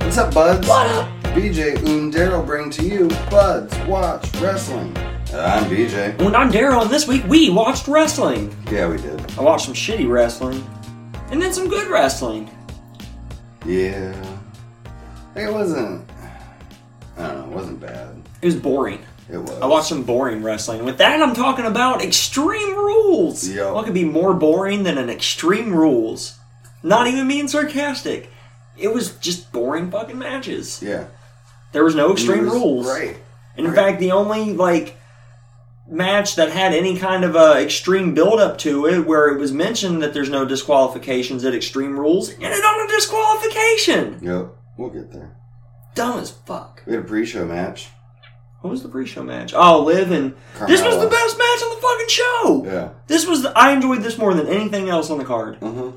What's up, buds? What up? BJ and Daryl bring to you Buds Watch Wrestling. And I'm BJ. When I'm Daryl, and this week we watched wrestling. Yeah, we did. I watched some shitty wrestling, and then some good wrestling. Yeah. It wasn't. I don't know. It wasn't bad. It was boring. It was. I watched some boring wrestling. With that, I'm talking about Extreme Rules. Yo. What could be more boring than an Extreme Rules? Not even being sarcastic. It was just boring fucking matches. Yeah. There was no Extreme It was Rules. Right. And in fact, the only like match that had any kind of uh, extreme build up to it, where it was mentioned that there's no disqualifications at Extreme Rules, ended on a disqualification. Yep. We'll get there. Dumb as fuck. We had a pre-show match. What was the pre-show match? Oh, Liv and this was Carmella. the best match on the fucking show. Yeah. This was the, I enjoyed this more than anything else on the card. Uh-huh.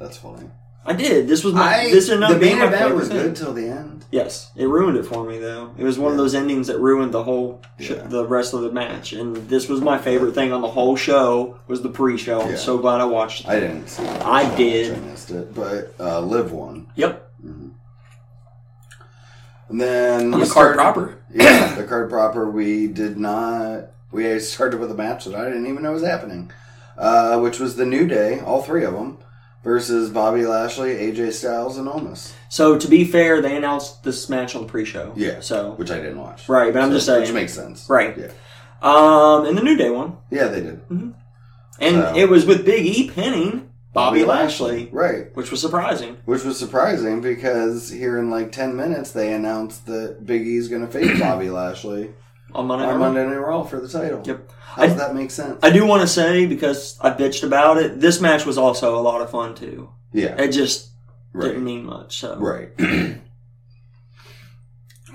That's funny. I did. This was my I. this ended up the being main my event favorite was thing. good till the end. Yes, it ruined it for me though. It was one of Yeah. those endings that ruined the whole sh- Yeah. the rest of the match, and this was my favorite thing on the whole show was the pre-show. I'm Yeah. so glad I watched. it. I didn't see it. I did. I missed it. But uh, Liv won. Mm-hmm. Yep, And then on we the card started- proper. yeah, the card proper. We did not. We started with a match that I didn't even know was happening, uh, which was the New Day, all three of them, versus Bobby Lashley, AJ Styles, and Omos. So to be fair, they announced this match on the pre-show. Yeah. So which I didn't watch. right, but I'm just which saying. makes sense. Right. Yeah. Um, and the New Day one, Yeah, they did. and So- it was with Big E pinning Bobby Lashley, Right. which was surprising. Which was surprising because here in like ten minutes they announced that Big E's going to face Bobby Lashley On Monday, Night on Raw. Monday Night Raw for the title. Yep. How does that make sense? I do want to say because I bitched about it. This match was also a lot of fun too. yeah. It just Right. didn't mean much. So Right.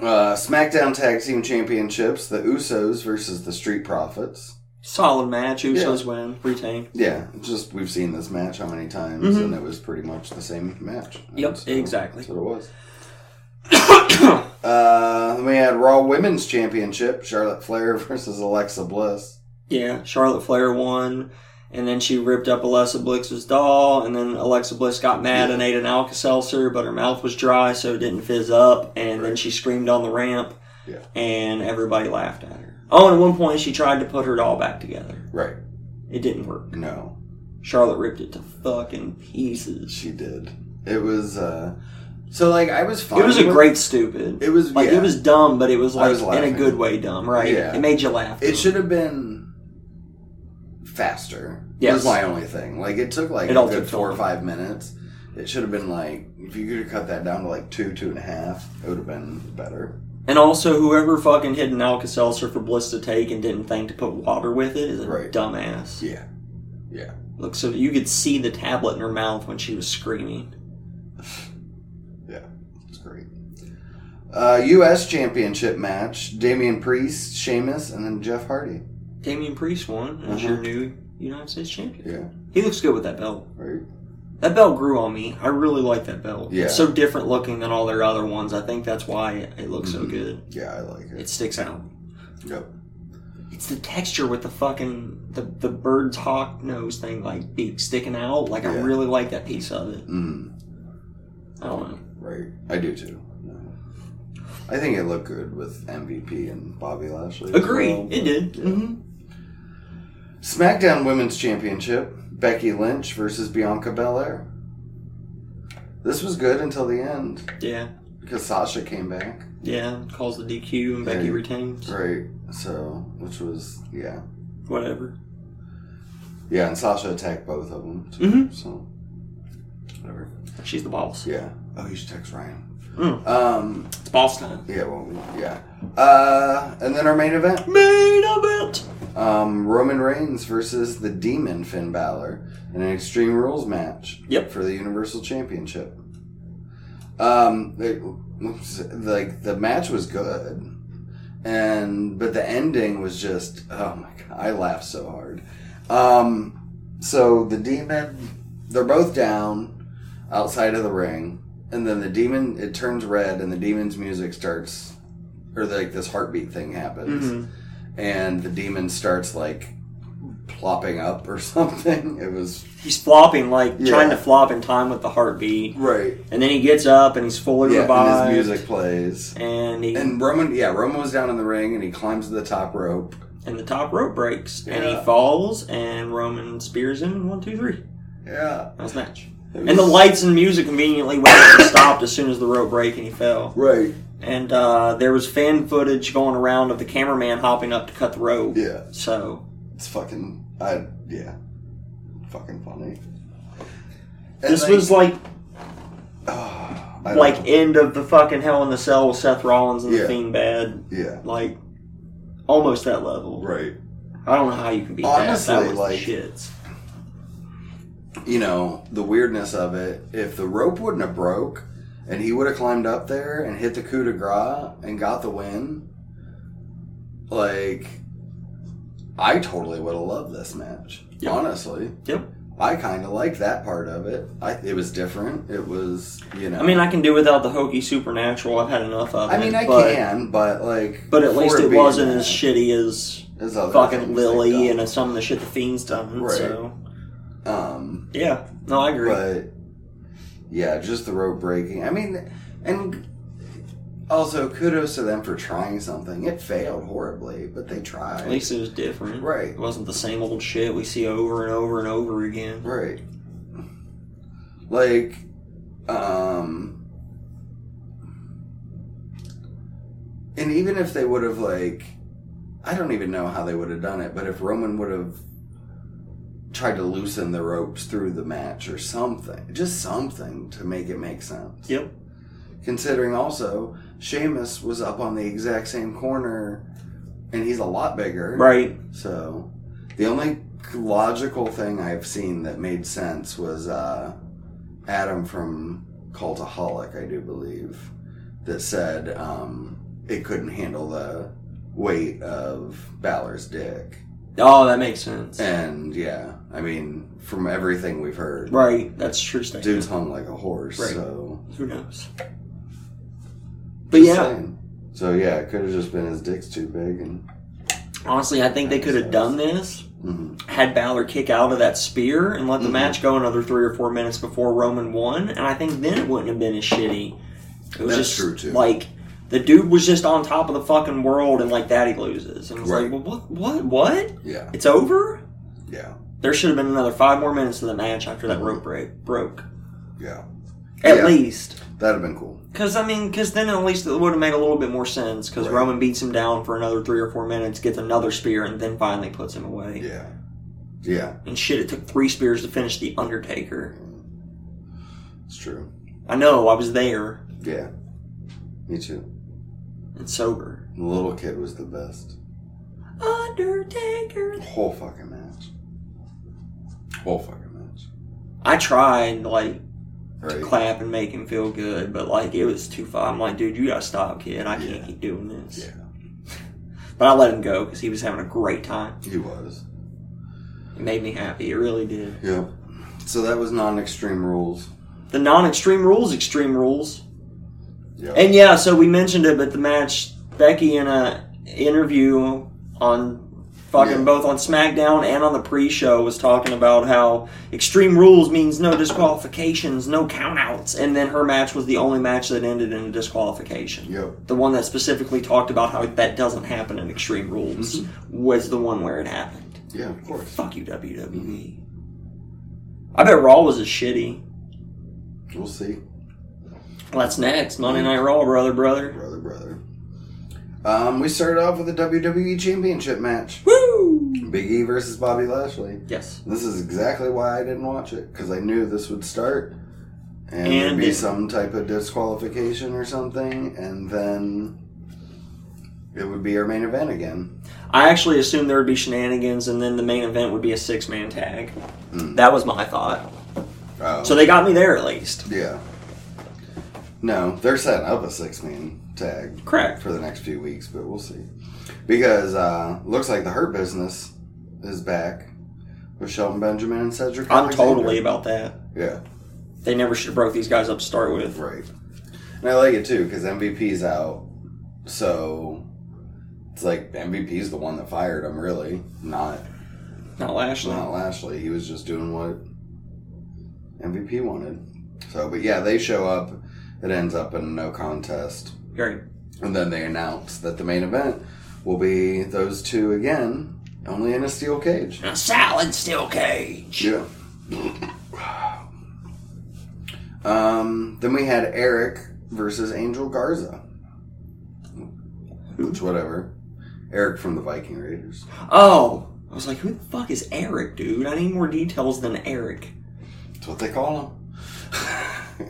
uh, SmackDown Tag Team Championships: The Usos versus the Street Profits. solid match. Usos win, retain. Yeah, just we've seen this match how many times, and it was pretty much the same match. Mm-hmm. Yep, So exactly. That's what it was. Uh, then we had Raw Women's Championship: Charlotte Flair versus Alexa Bliss. yeah, Charlotte Flair won, and then she ripped up Alexa Bliss's doll, and then Alexa Bliss got mad and ate an Alka Seltzer, but her mouth was dry, so it didn't fizz up, and then she screamed on the ramp, Yeah. and everybody laughed at her. Oh, and at one point she tried to put her doll back together. Right? It didn't work. No, Charlotte ripped it to fucking pieces. she did. It was uh, so like I was fine. It was a with- great stupid. It was Like yeah. it was dumb, but it was I like was in a laughing. good way dumb, right? Yeah. It made you laugh. It should have been faster. Yes. Was my only thing. Like it took like It a all good took four or time. five minutes. It should have been like if you could have cut that down to like two, two and a half, it would have been better. And also, whoever fucking hid an Alka Seltzer for Bliss to take and didn't think to put water with it is a Right. dumbass. Yeah. Yeah. Look, so you could see the tablet in her mouth when she was screaming. Yeah. It's great. Uh, US Championship match, Damian Priest, Sheamus, and then Jeff Hardy. Damian Priest won as Mhm. your new United States champion. Yeah. He looks good with that belt. Right? That belt grew on me. I really like that belt. Yeah. It's so different looking than all their other ones. I think that's why it, it looks so good. Yeah, I like it. It sticks out. Mm-hmm. Yep. It's the texture with the fucking the, the bird's hawk nose thing like beak sticking out. Like I Yeah. really like that piece of it. Mm, I don't know. right. I do too. No. I think it looked good with MVP and Bobby Lashley. as Agreed. well, Mm-hmm. but- it did. yeah. hmm SmackDown Women's Championship, Becky Lynch versus Bianca Belair. This was good until the end Yeah, because Sasha came back. yeah. Calls the DQ and Yeah. Becky retains. Right. So, which was, yeah. Whatever. Yeah, and Sasha attacked both of them. Too, Mhm. So, whatever. She's the boss. Yeah. Oh, you should text Ryan. Mm. Um, It's boss time. yeah, well, yeah. Uh, and then our main event Main event. um, Roman Reigns versus the demon Finn Balor in an Extreme Rules match. Yep. For the Universal Championship. Um, it- oops, like the match was good, and but the ending was just oh my god, I laughed so hard. Um, so the demon, they're both down outside of the ring, and then the demon it turns red, and the demon's music starts, or like this heartbeat thing happens Mhm. and the demon starts like plopping up or something. It was He's flopping, like Yeah. trying to flop in time with the heartbeat. right. And then he gets up and he's fully Yeah, revived. and his music plays. And he and, And Roman, yeah, Roman was down in the ring and he climbs to the top rope. the top rope breaks and he Yeah. falls and Roman spears him one two three. Yeah. That was the match. It And the was- lights and music conveniently went up and stopped as soon as the rope break and he fell. Right. And uh, there was fan footage going around of the cameraman hopping up to cut the rope. Yeah. So It's fucking. I yeah. Fucking funny. And this like- was like Ah, I don't like know. end of the fucking Hell in the Cell with Seth Rollins and Yeah. the Fiend bad, yeah. like almost that level. Right. I don't know how you can beat Honestly, that. That was like- the shits. you know the weirdness of it if the rope wouldn't have broke and he would have climbed up there and hit the coup de grace and got the win like i totally would have loved this match Yep. honestly Yep. i kind of like that part of it I, it was different it was you know I mean, I can do without the hokey supernatural. I've had enough of it. I mean, I but, can, but like, But at for least it being wasn't that, as shitty as as other fucking things Lily they've and uh, some of the shit the Fiend's done. Right. So done. um, yeah, no, I agree. But yeah, just the rope breaking. I mean, and also kudos to them for trying something. It failed horribly, but they tried. At least it was different. right, It wasn't the same old shit we see over and over and over again. right. Like, um, and even if they would have like, I don't even know how they would have done it, but if Roman would have tried to loosen the ropes through the match or something, just something to make it make sense. Yep. considering also Sheamus was up on the exact same corner, and he's a lot bigger. Right. So, the only logical thing I've seen that made sense was uh, Adam from Cultaholic, I do believe, that said um, it couldn't handle the weight of Balor's dick. Oh, that makes sense. And yeah, I mean, from everything we've heard, Right. That's a true statement. dude's hung like a horse. Right. So, Who knows? But yeah, Insane. So yeah, it could have just been his dick's too big and. honestly, I think they could have done this Mhm. had Balor kick out of that spear and let the Mhm. match go another three or four minutes before Roman won, and I think then it wouldn't have been as shitty. It was That's just true, too. like the dude was just on top of the fucking world, and like that he loses, and it's Right. like, well, what, what, what? Yeah, It's over. yeah, There should have been another five more minutes of the match after that rope break broke, yeah. Mm-hmm. at Yeah. least. That'd have been cool. Because I mean, because then at least it would have made a little bit more sense. Because Right. Roman beats him down for another three or four minutes, gets another spear, and then finally puts him away. Yeah, yeah. And shit, it took three spears to finish the Undertaker. It's true. I know, I was there Yeah, me too. and sober. The little kid was the best. Undertaker. Whole fucking match. Whole fucking match. I tried like to Right. clap and make him feel good, but like it was too far. I'm like, dude, you gotta stop, kid. I can't Yeah. keep doing this. Yeah. But I let him go because he was having a great time. He was. It made me happy. It really did. Yep. So that was non-extreme rules. The non-extreme rules, extreme rules. Yeah. And yeah, so we mentioned it, but the match Becky in a interview on fucking Yeah. both on SmackDown and on the pre-show was talking about how Extreme Rules means no disqualifications, no countouts, and then her match was the only match that ended in a disqualification. yep. The one that specifically talked about how that doesn't happen in Extreme Rules was the one where it happened. Yeah. Of course. Fuck you, WWE. I bet Raw was as shitty. We'll see, Well, that's next Monday Night Raw, brother, brother. brother, brother. Um, we started off with a WWE Championship match: Woo! Big E versus Bobby Lashley. Yes. This is exactly why I didn't watch it because I knew this would start and, And there'd be it- some type of disqualification or something, and then it would be our main event again. I actually assumed there would be shenanigans, and then the main event would be a six man tag. Mm. That was my thought. Oh, So they got me there at least. yeah. No, they're setting up a six man tag Correct. for the next few weeks, but we'll see. Because uh, looks like the Hurt Business is back with Shelton Benjamin and Cedric. I'm Alexander. totally about that. yeah. They never should have broke these guys up to start with. Right. And I like it too because MVP's out, so it's like MVP's the one that fired him, really, not Not Lashley. Not Lashley. He was just doing what MVP wanted. So, but yeah, they show up. It ends up in no contest. Great. And then they announce that the main event will be those two again, only in a steel cage. A salad steel cage. Yeah. um, then we had Eric versus Angel Garza. Which, whatever. Eric from the Viking Raiders. Oh, I was like, who the fuck is Eric, dude? I need more details than Eric. That's what they call him.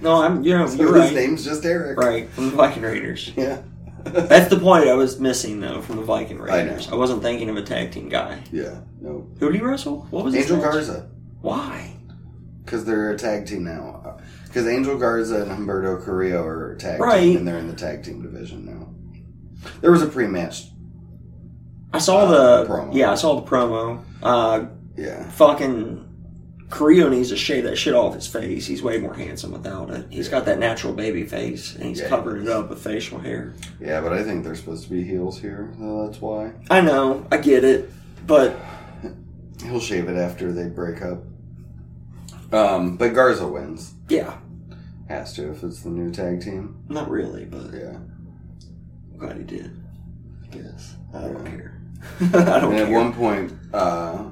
No, I'm. You're, So you're His right. name's just Eric. Right from the Viking Raiders. Yeah. That's the point I was missing though from the Viking I know. Raiders. I, wasn't thinking of a tag team guy. Yeah. No. Who did he wrestle? What was his Angel match? Garza. Why? Because they're a tag team now. Because Angel Garza and Humberto Carrillo are a tag Right. team, and they're in the tag team division now. There was a pre-match. I saw Uh, the promo. yeah, I saw the promo. Uh, Yeah. fucking Carrillo needs to shave that shit off his face. He's way more handsome without it. He's got that natural baby face, and he's Yeah. covered it up with facial hair. Yeah, but I think they're supposed to be heels here. So that's why. I know, I get it, but He'll shave it after they break up. Um, but Garza wins. yeah, Has to if it's the new tag team. not really. But Yeah. I'm glad he did. I guess I don't Yeah. care. I don't and at care. one point, because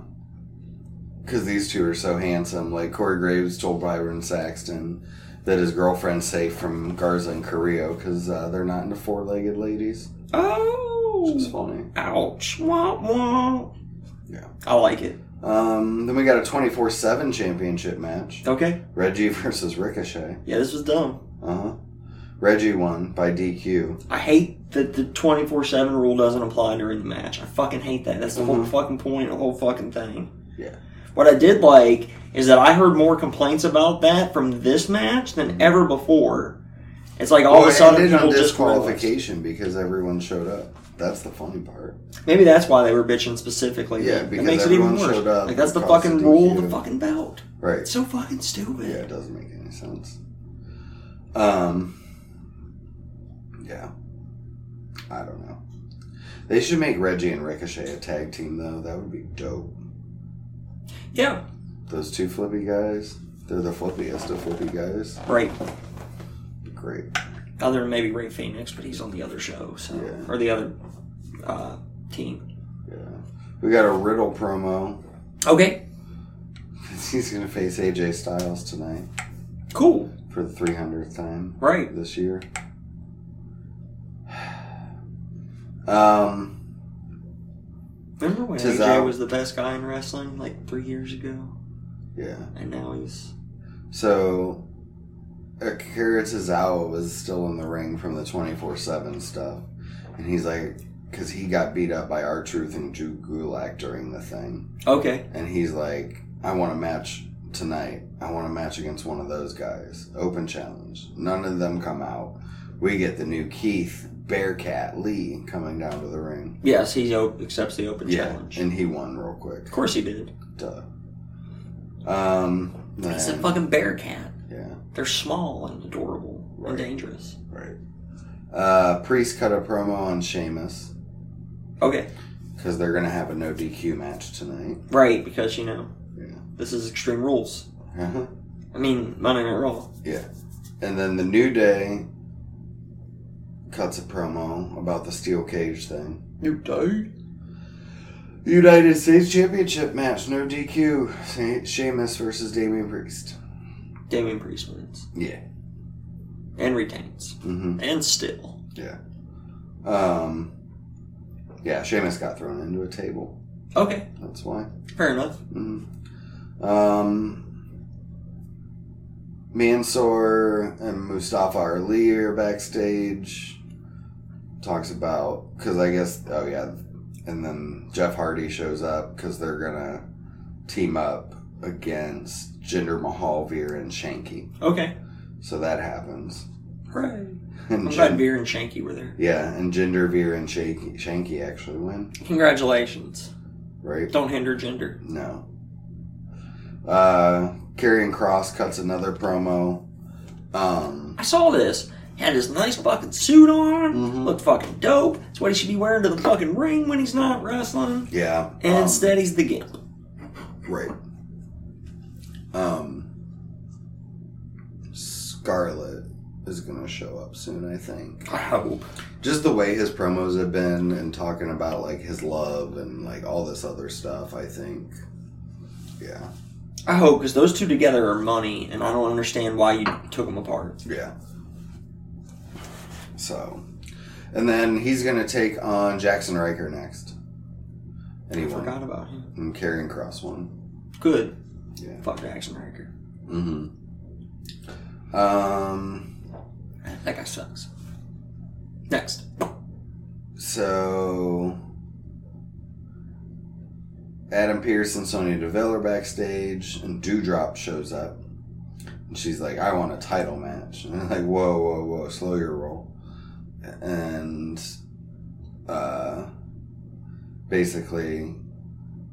these two are so handsome, like Corey Graves told Byron Saxton that his girlfriend's safe from Garza and Carrillo because uh, they're not into four legged ladies, which is oh, funny. ouch! Wah, wah. Yeah. I like it. Um, then we got a 24 7 championship match Okay. Reggie versus Ricochet. Yeah, this was dumb. Uh huh. Reggie won by DQ. I hate that the twenty four seven rule doesn't apply during the match. I fucking hate that. That's the whole Mhm. fucking point. The whole fucking thing. Yeah. What I did like is that I heard more complaints about that from this match than ever before. It's like Mm-hmm. Well, all of a it sudden ended people on just realized. disqualification because everyone showed up. That's the funny part. Maybe that's why they were bitching specifically. Yeah, that because makes it even everyone worse. showed up like that's the and caused fucking a rule of the DQ. fucking belt. Right. It's so fucking Yeah, it stupid. doesn't make any sense. Um, yeah, I don't know. They should make Reggie and Ricochet a tag team though. That would be dope. Yeah. Those two flippy guys, they're the flippiest of flippy guys. Right. Great. Other than maybe Ray Phoenix, but he's on the other show, so Yeah. or the other uh, team. Yeah, we got a Riddle promo. Okay. He's gonna face AJ Styles tonight Cool. for the three hundredth time Right. this year. Um. Remember when Tis AJ out. was the best guy in wrestling like three years ago, Yeah. and now he's So, Akira Tozawa was still in the ring from the 24 7 stuff. And he's like, because he got beat up by R Truth and Drew Gulak during the thing. okay. And he's like, I want a match tonight. I want a match against one of those guys. Open challenge. None of them come out. We get the new Keith Bearcat Lee coming down to the ring. Yes, he o- accepts the open Yeah. challenge. And he won real quick. Of course he did. Duh. Um, He's a then- fucking bear cat. yeah. They're small and adorable Right. and dangerous. Right. Uh, Priest cut a promo on Sheamus Okay, because they're going to have a no DQ match tonight. right? Because you know Yeah. this is Extreme Rules. Uh-huh. I mean Monday Night Raw. And then the New Day cuts a promo about the steel cage thing. You died. United States Championship match, no DQ. She- Sheamus versus Damian Priest. Damian Priest wins Yeah. and retains Mm-hmm. and still. Um. Yeah, Sheamus got thrown into a table. Okay, That's why. fair enough. Mm. Um, Mansoor and Mustafa Ali are backstage. Talks about because I guess oh yeah, and then Jeff Hardy shows up because they're gonna team up against Jinder Mahal, Veer, and Shanky. Okay, So that happens. hooray! And I'm glad Jin- Beer and Shanky were there. yeah, and Jinder, Veer, and Shanky, Shanky actually win, Congratulations. right? Don't hinder gender. No. Uh Karrion Cross cuts another promo. Um I saw this. Had his nice fucking suit on. Mhm. Looked fucking dope. That's what he should be wearing to the fucking ring when he's not wrestling. yeah. And um, instead, he's the gimp. Right. Um, Scarlet is going to show up soon, I think. I hope. Just the way his promos have been and talking about like his love and like all this other stuff, I think. Yeah. I hope because those two together are money, and I don't understand why you took them apart. Yeah. So, and then he's going to take on Jackson Riker next. And he I won. forgot about him. And Karrion Cross won. Good. Yeah. Fuck Jackson Riker. Mm-hmm. Um. That guy sucks. Next. So Adam Pierce and Sonya Deville are backstage, and Dewdrop shows up. And she's like, I want a title match. And I'm like, whoa, whoa, whoa, slow your roll. And uh, basically,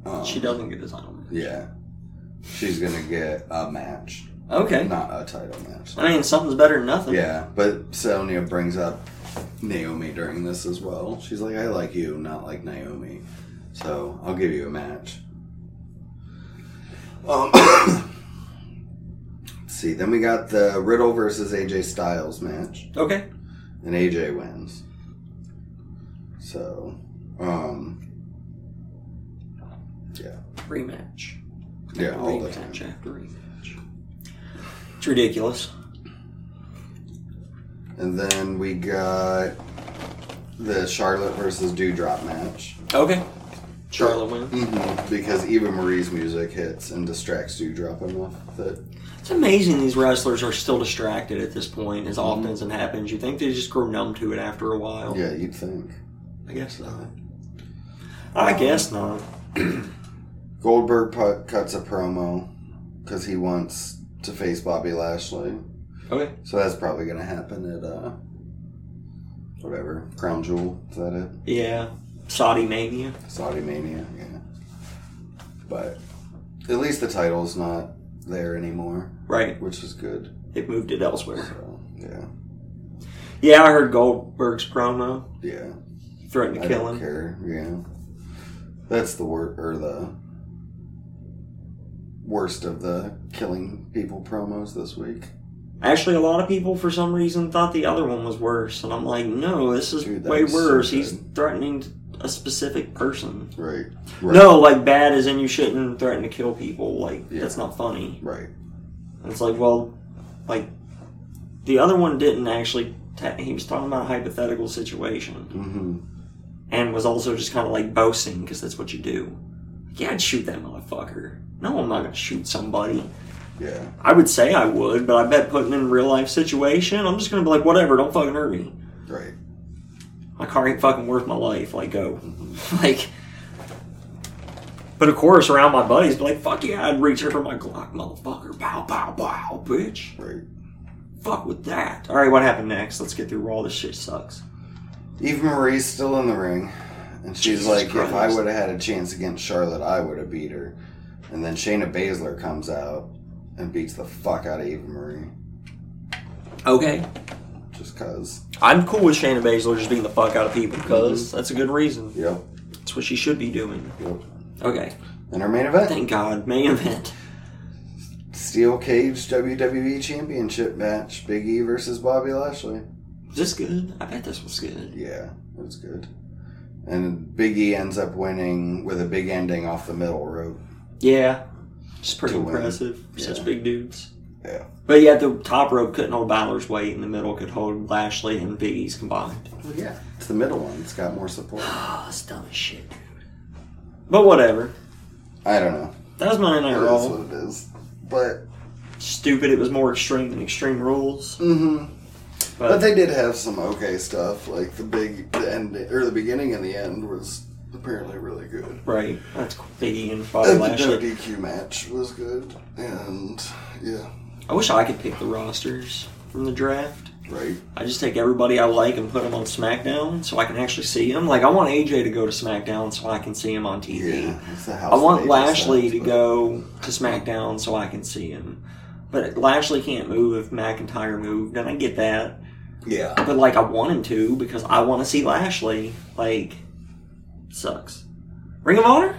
um, She doesn't get his title. Yeah. She's going to get a match, Okay. not a title match. I mean, something's better than nothing. Yeah, but Sonia brings up Naomi during this as well. She's like, I like you, not like Naomi. So I'll give you a match. Um, let's see, then we got the Riddle versus AJ Styles match, Okay. and AJ wins. So, um, Rematch. yeah, all the time. rematch after rematch. It's ridiculous. And then we got the Charlotte versus Dewdrop match. Okay. Charlotte wins. hmm Because Eva Marie's music hits and distracts Dewdrop enough that It's amazing these wrestlers are still distracted at this point as often as it happens. You think they just grow numb to it after a while? Mm-hmm. yeah, you'd think. I guess not. I guess not. Goldberg put, cuts a promo because he wants to face Bobby Lashley, Okay. so that's probably gonna happen at uh, whatever Crown Jewel. Is that it? Yeah. Saudi mania. Saudi Mania, yeah. But at least the title's not there anymore, Right. which is good. They've moved it elsewhere. So yeah, Yeah, I heard Goldberg's promo. yeah. He threatened I to kill don't him. care. Yeah, that's the wor or the worst of the killing people promos this week. Actually, a lot of people for some reason thought the other one was worse, and I'm like, no, this is Dude, that way was so worse. good. He's threatening a specific person. Right. No, like bad as in you shouldn't threaten to kill people. Like Yeah. that's not funny. Right. And it's like, well, like the other one didn't actually. ta he was talking about a hypothetical situation Mm-hmm. and was also just kind of like boasting because that's what you do. Yeah, I'd shoot that motherfucker. No, I'm not gonna shoot somebody. Yeah. I would say I would, but I bet putting in real life situation, I'm just gonna be like, whatever, don't fucking hurt me. Right. my car ain't fucking worth my life. Like, go. like, but of course, around my buddies, be like, fuck yeah, I'd reach here for my Glock, motherfucker. Pow, pow, pow, bitch. Right. Fuck with that. All right, what happened next? Let's get through all this shit sucks. Eva Marie's still in the ring, and she's Jesus like, "If I Christ. would have had a chance against Charlotte, I would have beat her." And then Shayna Baszler comes out and beats the fuck out of Eva Marie, Okay. just cause. I'm cool with Shayna Baszler just beating the fuck out of people because that's a good reason. Yep. That's what she should be doing. Yep. Okay. And her main event. Thank God. Main event. Steel Cage WWE Championship match, Big E versus Bobby Lashley. Is this good? I bet this was good. Yeah, it was good. And Big E ends up winning with a big ending off the middle rope. Yeah. It's pretty To win. impressive. for Yeah. Such big dudes. Yeah. But yeah, the top rope couldn't hold Balor's weight, and the middle could hold Lashley and Biggie's combined. Well, yeah. It's the middle one. It's got more support. Oh, that's dumb as shit, dude. But whatever. I don't know. That was Monday Night That's Raw. what it is. But, Stupid. It was more extreme than Extreme Rules. hmm But, But they did have some okay stuff. Like the big, the end, or the beginning and the end was apparently really good. right, that's cool. Biggie and Bobby And Uh, the no Lashley. DQ match was good. And, yeah. I wish I could pick the rosters from the draft. Right? I just take everybody I like and put them on SmackDown so I can actually see them. Like I want AJ to go to SmackDown so I can see him on TV. Yeah. It's the house I want of Lashley Aegis to sounds, but- go to SmackDown so I can see him. But Lashley can't move if McIntyre moved, and I get that. Yeah. But like, I want him to because I want to see Lashley. Like, sucks. Ring of Honor?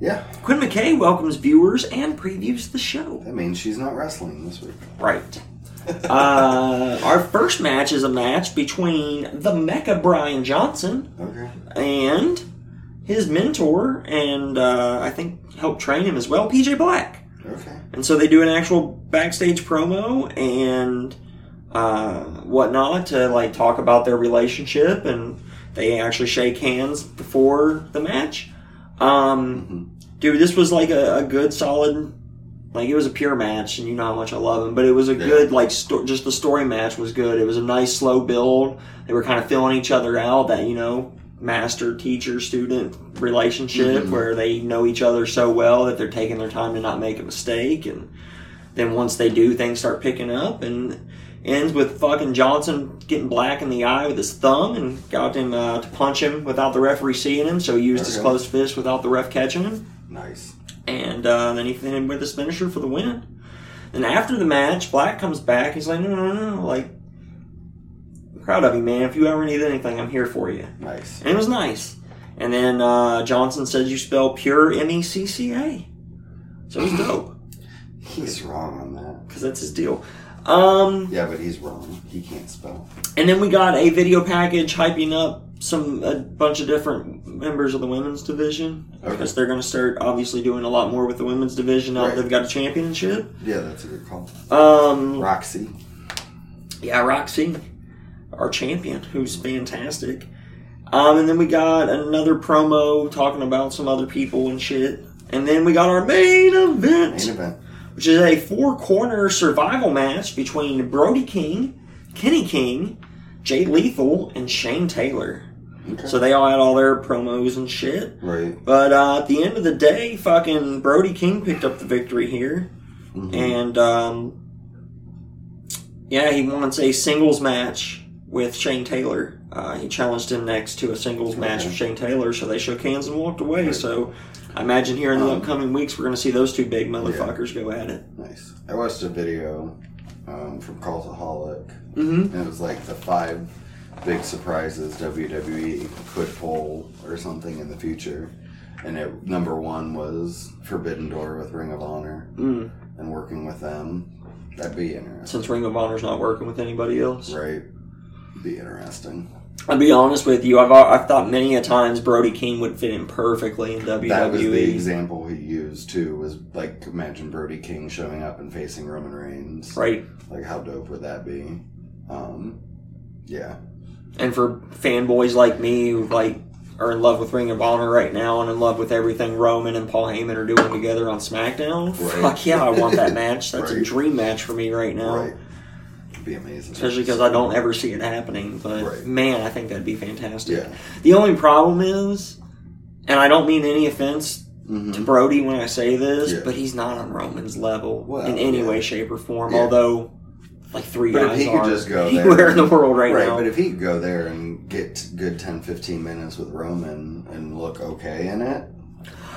Yeah, Quinn McKay welcomes viewers and previews the show. that means she's not wrestling this week. Right. Uh, our first match is a match between the Mecca Brian Johnson Okay. and his mentor, and uh, I think helped train him as well, PJ Black. Okay. And so they do an actual backstage promo and uh, whatnot to like talk about their relationship, and they actually shake hands before the match. Um, Mhm. dude, this was like a, a good, solid, like it was a pure match, and you know how much I love him, but it was a Yeah. good like sto- just the story match was good. It was a nice slow build. They were kind of filling each other out. That you know. Master teacher student relationship Mhm. where they know each other so well that they're taking their time to not make a mistake and then once they do, things start picking up and ends with fucking Johnson getting black in the eye with his thumb and got him uh, to punch him without the referee seeing him. So he used his Okay. closed fist without the ref catching him. Nice. And uh, then he hit him with his finisher for the win. And after the match, Black comes back. He's like, no, no, no, no. Like, I'm proud of you, man. If you ever need anything, I'm here for you. Nice. And it was nice. And then uh, Johnson says you spell pure M E C C A. So it was dope He's wrong on that. because that's his deal. Um, Yeah, but he's wrong. He can't spell. And then we got a video package hyping up some a bunch of different members of the women's division Okay. because they're going to start obviously doing a lot more with the women's division now that Right. they've got a championship. Yeah, that's a good call. Um, Roxy. yeah, Roxy, our champion, who's fantastic. Um, and then we got another promo talking about some other people and shit. And then we got our main event, Main event. which is a four corner survival match between Brody King, Kenny King, Jay Lethal, and Shane Taylor. Okay. So they all had all their promos and shit. right. But uh, at the end of the day, fucking Brody King picked up the victory here. Mhm. And um, yeah, he wants a singles match with Shane Taylor. Uh, he challenged him next to a singles match Okay. with Shane Taylor, so they shook hands and walked away. Right. So I imagine here in the Um, upcoming weeks, we're going to see those two big motherfuckers go at it. Nice. I watched a video um, from Cultaholic, and Mm-hmm. it was like the five big surprises WWE could pull or something in the future. And it, number one was Forbidden Door with Ring of Honor Mm. and working with them. That'd be interesting, Since Ring of Honor's not working with anybody else. right? Be interesting. I'll be honest with you. I've I've thought many a times Brody King would fit in perfectly in E. WWE. That was the example he used too. Was like imagine Brody King showing up and facing Roman Reigns. Right, Like how dope would that be? Um, yeah. and for fanboys like me who like are in love with Ring of Honor right now and in love with everything Roman and Paul Heyman are doing together on SmackDown, Right. fuck yeah, I want that match. That's a Right. dream match for me right now, Right. It'd be amazing. especially because I don't ever see it happening. But Right. man, I think that'd be fantastic. Yeah. The only problem is, and I don't mean any offense to Mhm. Brody when I say this, Yeah. but he's not on Roman's level Well, in any yeah. way, shape, or form. Yeah. Although, like three But if guys he could are just go anywhere there- in the world right, Right, now. but if he could go there and get good 10, 15 minutes with Roman and look okay in it,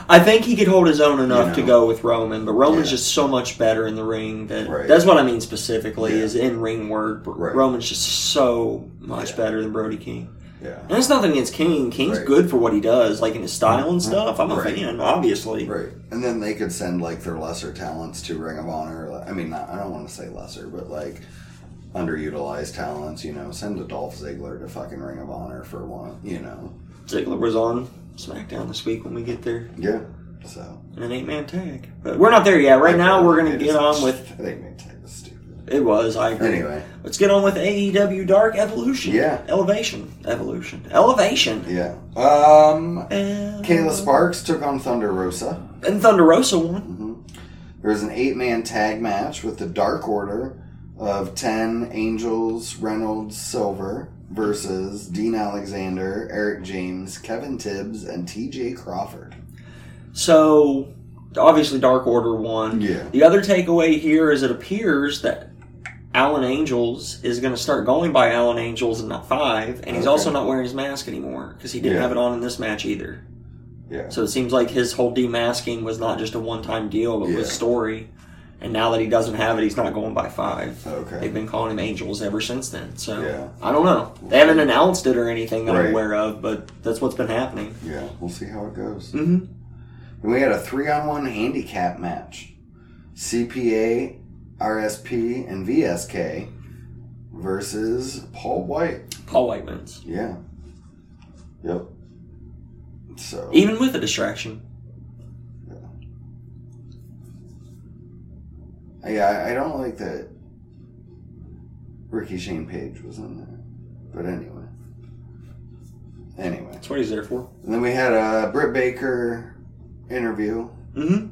I think he could hold his own enough to know. go with Roman, but Roman's Yeah. just so much better in the ring that Right. that's what I mean specifically Yeah. is in ring work. but Right. Roman's just so much Yeah. better than Brody King, yeah, and that's nothing against King. King's Right. Mm-hmm. good for what he does, like in his style and stuff. I'm a Right. fan, obviously. right. And then they could send like their lesser talents to Ring of Honor. I mean, not, I don't want to say lesser, but like underutilized talents. You know, send a Dolph Ziggler to fucking Ring of Honor for one. You know, Ziggler was on SmackDown this week when we get there, yeah. So in an eight man tag, but we're not there yet. Right now, we're gonna get on with I think my type is stupid. It was. I agree. Anyway, Let's get on with AEW Dark Evolution. Yeah. Elevation. Evolution. Elevation. yeah. Um, Kayla Kayla Sparks took on Thunder Rosa. And Thunder Rosa won. hmm There was an eight man tag match with the Dark Order of 10 Angels, Reynolds, Silver versus Dean Alexander, Eric James, Kevin Tibbs, and TJ Crawford. So, obviously, Dark Order won. Yeah. The other takeaway here is it appears that Alan Angels is going to start going by Alan Angels and not Five, and he's Okay. also not wearing his mask anymore because he didn't Yeah. have it on in this match either. Yeah. So it seems like his whole demasking was not just a one time deal, but Yeah. was story. And now that he doesn't have it, he's not going by Five. Okay. They've been calling him Angels ever since then. So Yeah. I don't know. They haven't announced it or anything that I'm Right. aware of, but that's what's been happening. Yeah. We'll see how it goes. Mm-hmm. And we had a three on one handicap match. CPA, RSP, and VSK versus Paul White. Paul White wins. Yeah. Yep. So Even with a distraction. yeah, I- I don't like that Ricky Shane Page was in there. But anyway. Anyway. That's what he's there for. And then we had a Britt Baker interview Mm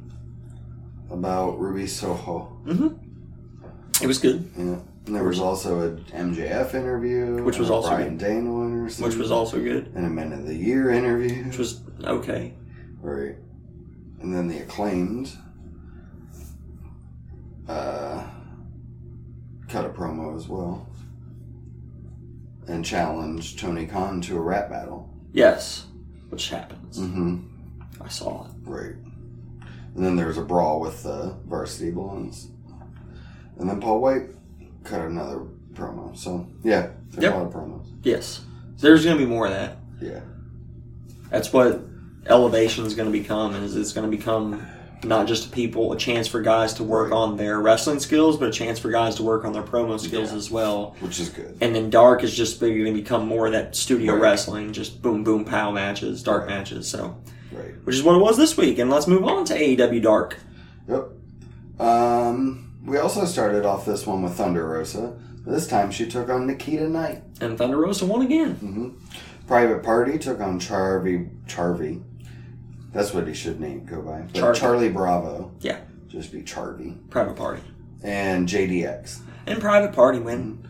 about Ruby Soho. hmm. Mm hmm. It was good. Yeah. And there was also a MJF interview, Which was and a also Brian Dane one or something, Which was also good. and a Men of the Year interview, Which was okay. right? And then the acclaimed uh, cut a promo as well, and challenged Tony Khan to a rap battle. Yes. Which happens. Mm-hmm. I saw it. Right. And then there was a brawl with the Varsity Blondes, and then Paul White cut another promo. So yeah, there's Yep. a lot of promos. Yes. There's going to be more of that. Yeah. That's what elevation is going to become is it's going to become not just a people a chance for guys to work on their wrestling skills but a chance for guys to work on their promo skills Yeah. as well which is good. and then dark is just going to become more of that studio Right. wrestling just boom boom pow matches dark Right. matches so Right. which is what it was this week and let's move on to AEW dark Um, we also started off this one with Thunder Rosa. This time she took on Nikita Knight. and Thunder Rosa won again hmm Private Party took on Charvy. Charvy. That's what he should name go by. But Charvy. Charlie Bravo. Yeah. Just be Charvy. private party And JDX. and private party win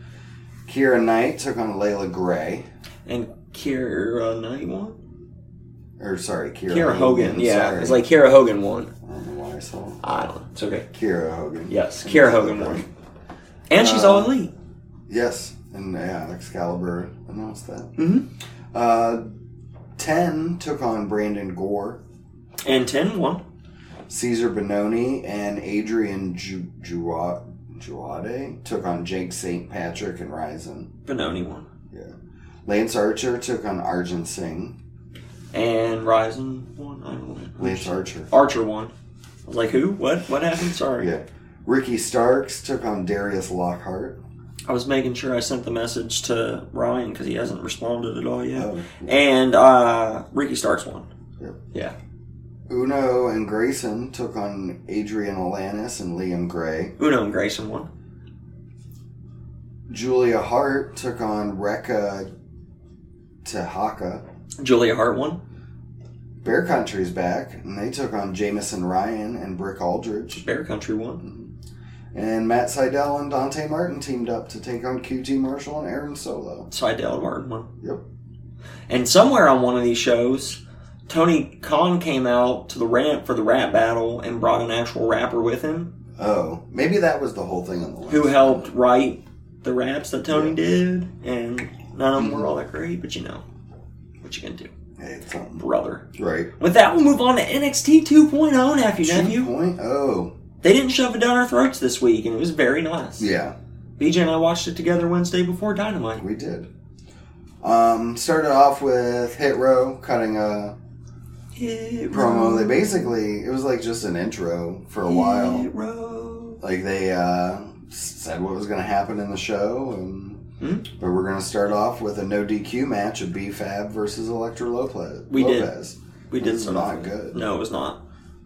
Kira Knight took on Layla Gray. and Kira Knight won Or sorry, Kira, Kira Hogan yeah sorry. it's like Kira Hogan won I don't know why I saw it. I don't know it's okay Kira Hogan. yes Kira Hogan won and she's Uh, all elite Yes, and yeah, Excalibur announced that. Mhm. Uh, Ten took on Brandon Gore, And 10 won. Caesar Benoni, and Adrian Ju- Juwa- Juade took on Jake St. Patrick and Ryzen. Benoni won. Lance Archer took on Arjun Singh. And Ryzen won. I don't know. Lance Archer. Archer won. I was like, who? What? What happened? Sorry. Yeah. Ricky Starks took on Darius Lockhart. I was making sure I sent the message to Ryan because he hasn't responded at all yet. Oh. And uh, Ricky Starks won. Uno and Grayson took on Adrian Alanis and Liam Gray. Uno and Grayson won. Julia Hart took on Rekka Tahaka. Julia Hart won. Bear Country's back, and they took on Jamison Ryan and Brick Aldridge. Bear Country won. And Matt Seidel and Dante Martin teamed up to take on QT Marshall and Aaron Solo. Seidel and Martin won. Yep. And somewhere on one of these shows, Tony Khan came out to the ramp for the rap battle and brought an actual rapper with him Oh, maybe that was the whole thing on the list. who helped write the raps that Tony Yeah. did. And none of them were all that great, but you know, what you gonna do? Hey, it's something. brother. Right. With that, we'll move on to NXT 2.0, nephew, oh, oh. nephew. 2.0. They didn't shove it down our throats this week, and it was very nice. Yeah, BJ and I watched it together Wednesday before Dynamite. we did. Um, started off with Hit Row cutting a Hit promo. They row, basically, it was like just an intro for a while. hit row. like they uh, said what was going to happen in the show, and Hmm? but we're going to start off with a no DQ match of B Fab versus Electra Lopez. We did. Lopez. We did This is some. not good. No, it was not.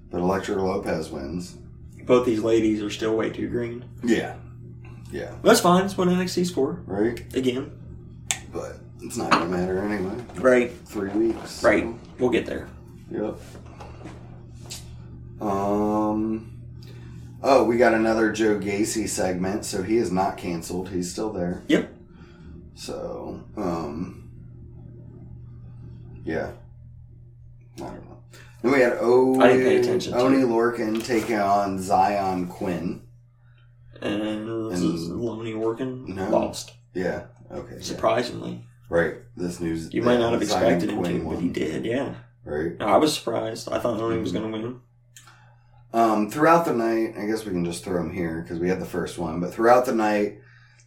but Electra Lopez wins. Both these ladies are still way too green. Yeah, yeah, That's fine. It's what NXT's for. right. Again, But it's not going to matter anyway. right, Three weeks, right. We'll get there. Yep. Um. Oh, we got another Joe Gacy segment, so he is not canceled. He's still there. Yep. So, um, yeah. I don't know. Then we had Oni, I didn't pay attention to Oni Lorcan taking on Zion Quinn. And, And- Loney Orkin No. lost Yeah. Okay. yeah. surprisingly. Right. This news. You yeah, might not have Zion expected him Quinn to, but won, he did. Yeah. Right. No, I was surprised. I thought Oni was going to win. Um, throughout the night, I guess we can just throw them here because we had the first one. But throughout the night,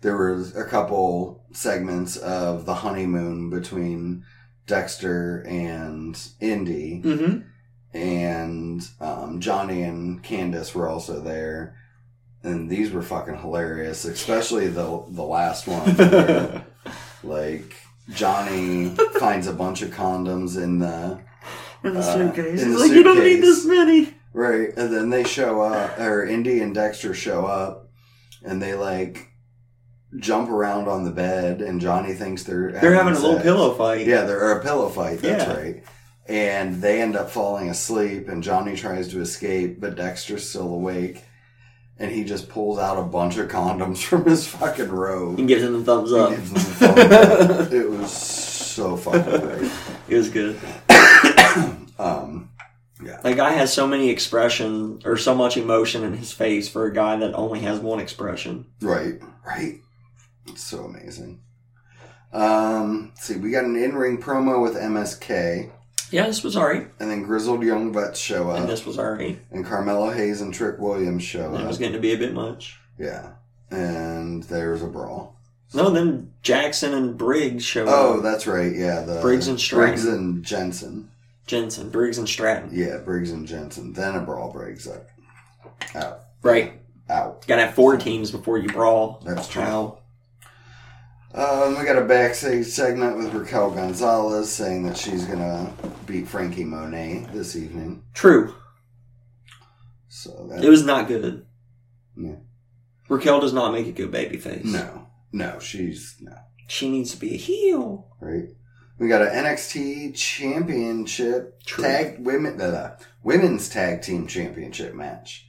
there was a couple segments of the honeymoon between Dexter and Indy, Mm-hmm. and um, Johnny and Candace were also there. And these were fucking hilarious, especially the the last one. where, Mm-hmm. like Johnny finds a bunch of condoms in the In the Uh, suitcase. in He's the like, you don't need suitcase. this many. right, and then they show up, or Indy and Dexter show up, and they like jump around on the bed, and Johnny thinks they're They're having a little sex. pillow fight. Yeah, they're or a pillow fight. That's Yeah. right. And they end up falling asleep, and Johnny tries to escape, but Dexter's still awake, and he just pulls out a bunch of condoms from his fucking robe. And gives him the thumbs He up. gives them the thumbs up. it was so fucking great. It was good. Um, That guy has so many expression or so much emotion in his face for a guy that only has one expression. right, right. It's so amazing. Um, let's see, we got an in-ring promo with MSK, Yeah, this was alright. and then Grizzled Young Vets show And up, this was alright. and Carmelo Hayes and Trick Williams show That up. was getting to be a bit much. Yeah. And there's a brawl. No, then Jackson and Briggs show Oh, up. that's right. Yeah. The Briggs and Stratton. Briggs and Jensen. Jensen, Briggs and Stratton. Yeah, Briggs and Jensen. Then a brawl breaks up. Out. Right. Out. Gotta have four teams before you brawl. That's true. How? Um, we got a backstage segment with Raquel Gonzalez saying that she's going to beat Frankie Monet this evening. True. So that. It was not good. Yeah. Raquel does not make a good baby face. No. No, she's. No. She needs to be a heel. Right? We got an NXT championship True. tag women the, the women's tag team championship match.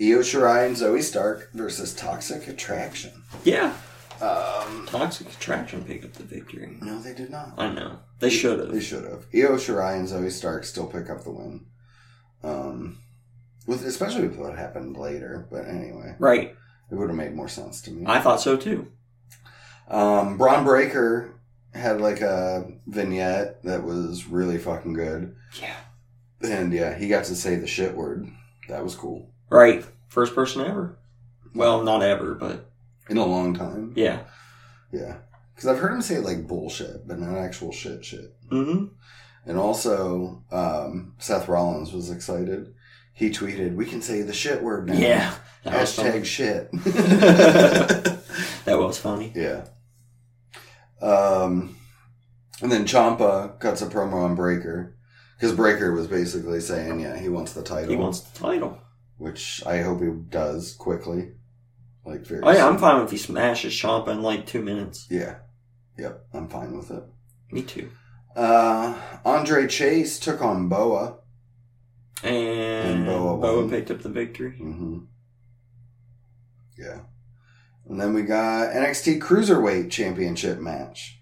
Io Shirai and Zoe Stark versus Toxic Attraction. Yeah. Um, Toxic Attraction picked up the victory. no, they did not. I know. They should They have. should have. Io Shirai and Zoe Stark still pick up the win. Um, with especially with what happened later, but anyway, Right. it would have made more sense to me. I thought so too. Um, Braun Breaker had like a vignette that was really fucking good, Yeah. and yeah, he got to say the shit word. That was cool Right. First person ever. Well, not ever, but in a long time. yeah. Yeah. Because I've heard him say like bullshit, but not actual shit shit. Mm-hmm. And also, um, Seth Rollins was excited. He tweeted, We can say the shit word now. Yeah. That was Hashtag funny. shit. That was funny. yeah. Um, and then Champa cuts a promo on Breaker. Because Breaker was basically saying, yeah, he wants the title. He wants the title. which I hope he does quickly. Like, very Oh yeah, I'm soon. fine if he smashes Champa in like two minutes. Yeah. Yep, I'm fine with it. Me too. Uh, Andre Chase took on Boa. And, And Boa Boa, won. picked up the victory. hmm Yeah. And then we got NXT Cruiserweight Championship match.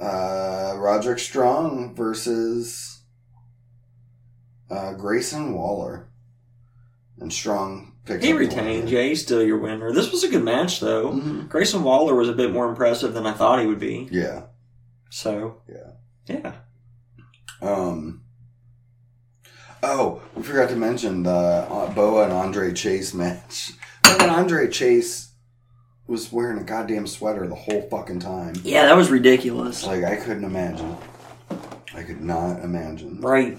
Uh, Roderick Strong versus uh, Grayson Waller. And Strong picks He up the retained. win. Yeah, he's still your winner. This was a good match though. Mhm. Grayson Waller was a bit more impressive than I thought he would be. Yeah. So Yeah. yeah. Um. Oh, we forgot to mention the uh, Boa and Andre Chase match. Fucking Andre Chase was wearing a goddamn sweater the whole fucking time. Yeah, that was ridiculous. Like I couldn't imagine. I could not imagine. Right.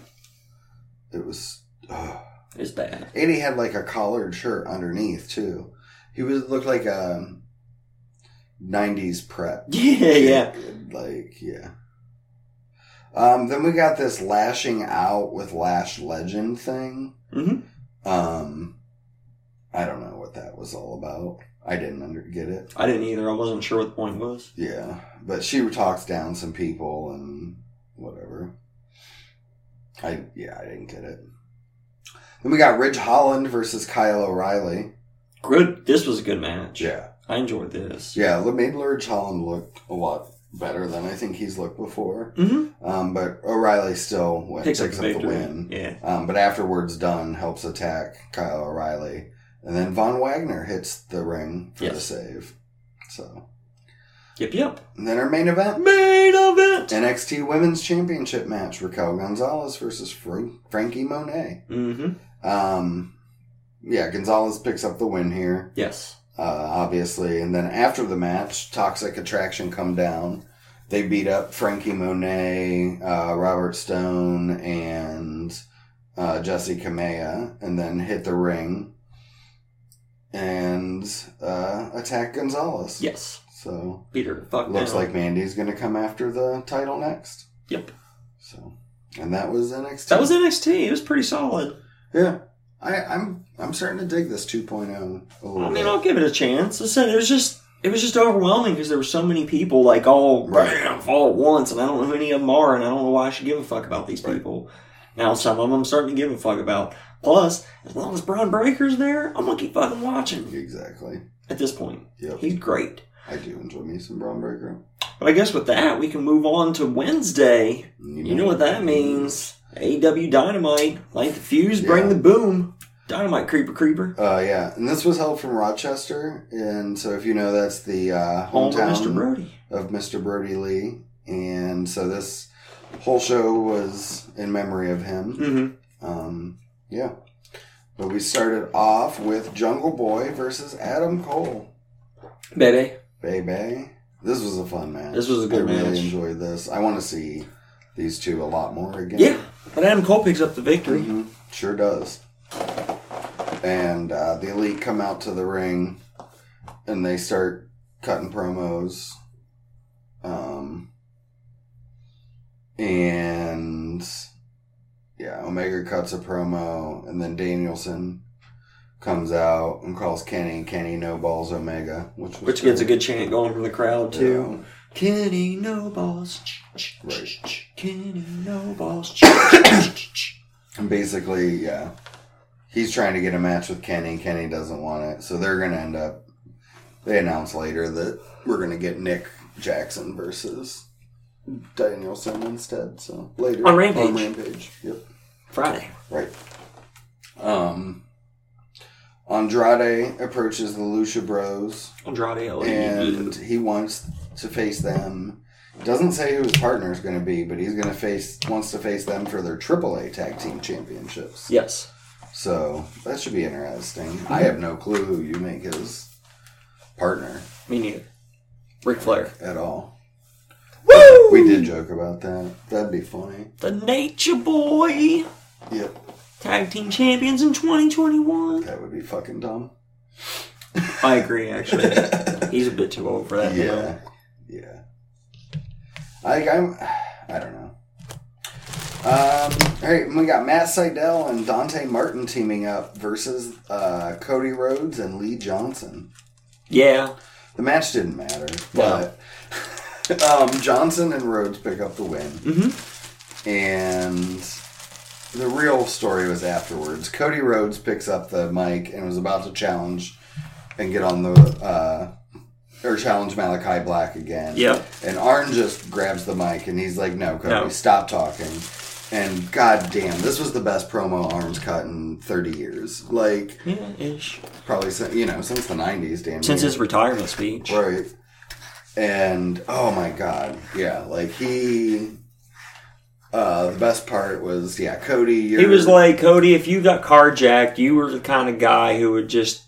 It was. ugh. It's bad. And he had like a collared shirt underneath too. He was looked like a '90s prep. Yeah, yeah. Like yeah. Um, then we got this lashing out with Lash Legend thing. Mhm. Um, I don't know what that was all about. I didn't under- get it. I didn't either. I wasn't sure what the point was. Yeah, but she talks down some people and whatever. I yeah, I didn't get it. Then we got Ridge Holland versus Kyle O'Reilly. Good. This was a good match. Yeah, I enjoyed this. yeah, it made Ridge Holland look a lot better than I think he's looked before. Mm-hmm. Um, but O'Reilly still went, Picks, picks, up up, the the victory. win. Yeah. Um, but afterwards, Dunn helps attack Kyle O'Reilly, and then Von Wagner hits the ring for the Yes. save. So Yep. Yep. and then our main event. Main event. NXT Women's Championship match: Raquel Gonzalez versus Fran- Frankie Monet. Mm-hmm. Um, yeah, Gonzalez picks up the win here, Yes. uh, obviously, and then after the match, Toxic Attraction come down. They beat up Frankie Monet, uh, Robert Stone, and uh, Jesse Kamea and then hit the ring and uh, attack Gonzalez. Yes. So Beat her. the Fuck looks down. like Mandy's going to come after the title next. Yep. So and that was NXT. That was NXT. It was pretty solid. Yeah. I, I'm I'm starting to dig this 2.0 a little I mean, bit. I'll give it a chance. I said it was just it was just overwhelming because there were so many people like all Right. bam, all at once, and I don't know who any of them are, and I don't know why I should give a fuck about these Right. people. Now some of them I'm starting to give a fuck about. Plus, as long as Braun Breaker's there, I'm gonna keep fucking watching. Exactly. At this point, Yep. he's great. I do enjoy me some Braun Breaker. But I guess with that, we can move on to Wednesday. You know what that means? AW Dynamite, light the fuse, bring Yeah. the boom. Dynamite creeper creeper. Uh, yeah, and this was held from Rochester, and so if you know, that's the uh, Home to hometown Mr. Brody. of Mr. Brody Lee, and so this whole show was in memory of him. Mm-hmm. Um, yeah, but we started off with Jungle Boy versus Adam Cole, Baby. baby. This was a fun match. This was a good I really match. enjoyed this. I want to see these two a lot more again. Yeah. But Adam Cole picks up the victory. Mhm. Sure does. And uh, the elite come out to the ring, and they start cutting promos. Um, and yeah, Omega cuts a promo, and then Danielson comes out and calls Kenny. Kenny no balls Omega, which was Which gets a great. good chant going from the crowd too. Yeah. Kenny no balls. Right. Kenny no balls. And basically, yeah, he's trying to get a match with Kenny. Kenny doesn't want it, so they're gonna end up. They announce later that we're gonna get Nick Jackson versus Danielson instead. So later On Rampage. On Rampage. Yep. Friday. Right. Um. Andrade approaches the Lucia Bros Andrade L. and he wants to face them. Doesn't say who his partner is going to be, but he's going to face wants to face them for their AAA tag team championships. Yes. So that should be interesting. I have no clue who you make his partner Me neither. Ric Flair. at all. Woo! We did joke about that. That'd be funny. The Nature Boy. Yep, Tag team champions in 2021. that would be fucking dumb. I agree, actually. He's a bit too old for that. Yeah, yeah. I, I'm. I don't know. Um, all right, and we got Matt Seidel and Dante Martin teaming up versus uh, Cody Rhodes and Lee Johnson. Yeah. The match didn't matter, No. but um, Johnson and Rhodes pick up the win. hmm and the real story was afterwards. Cody Rhodes picks up the mic and was about to challenge and get on the uh, or challenge Malachi Black again. Yep. And Arn just grabs the mic and he's like, "No, Cody, No. stop talking." And goddamn, this was the best promo Arn's cut in thirty years. Like Yeah, ish. probably since you know since the nineties, damn. Since near. his retirement speech. Right. And oh my god, yeah, like he. Uh, the best part was yeah, Cody. You're, He was like, Cody, if you got carjacked, you were the kind of guy who would just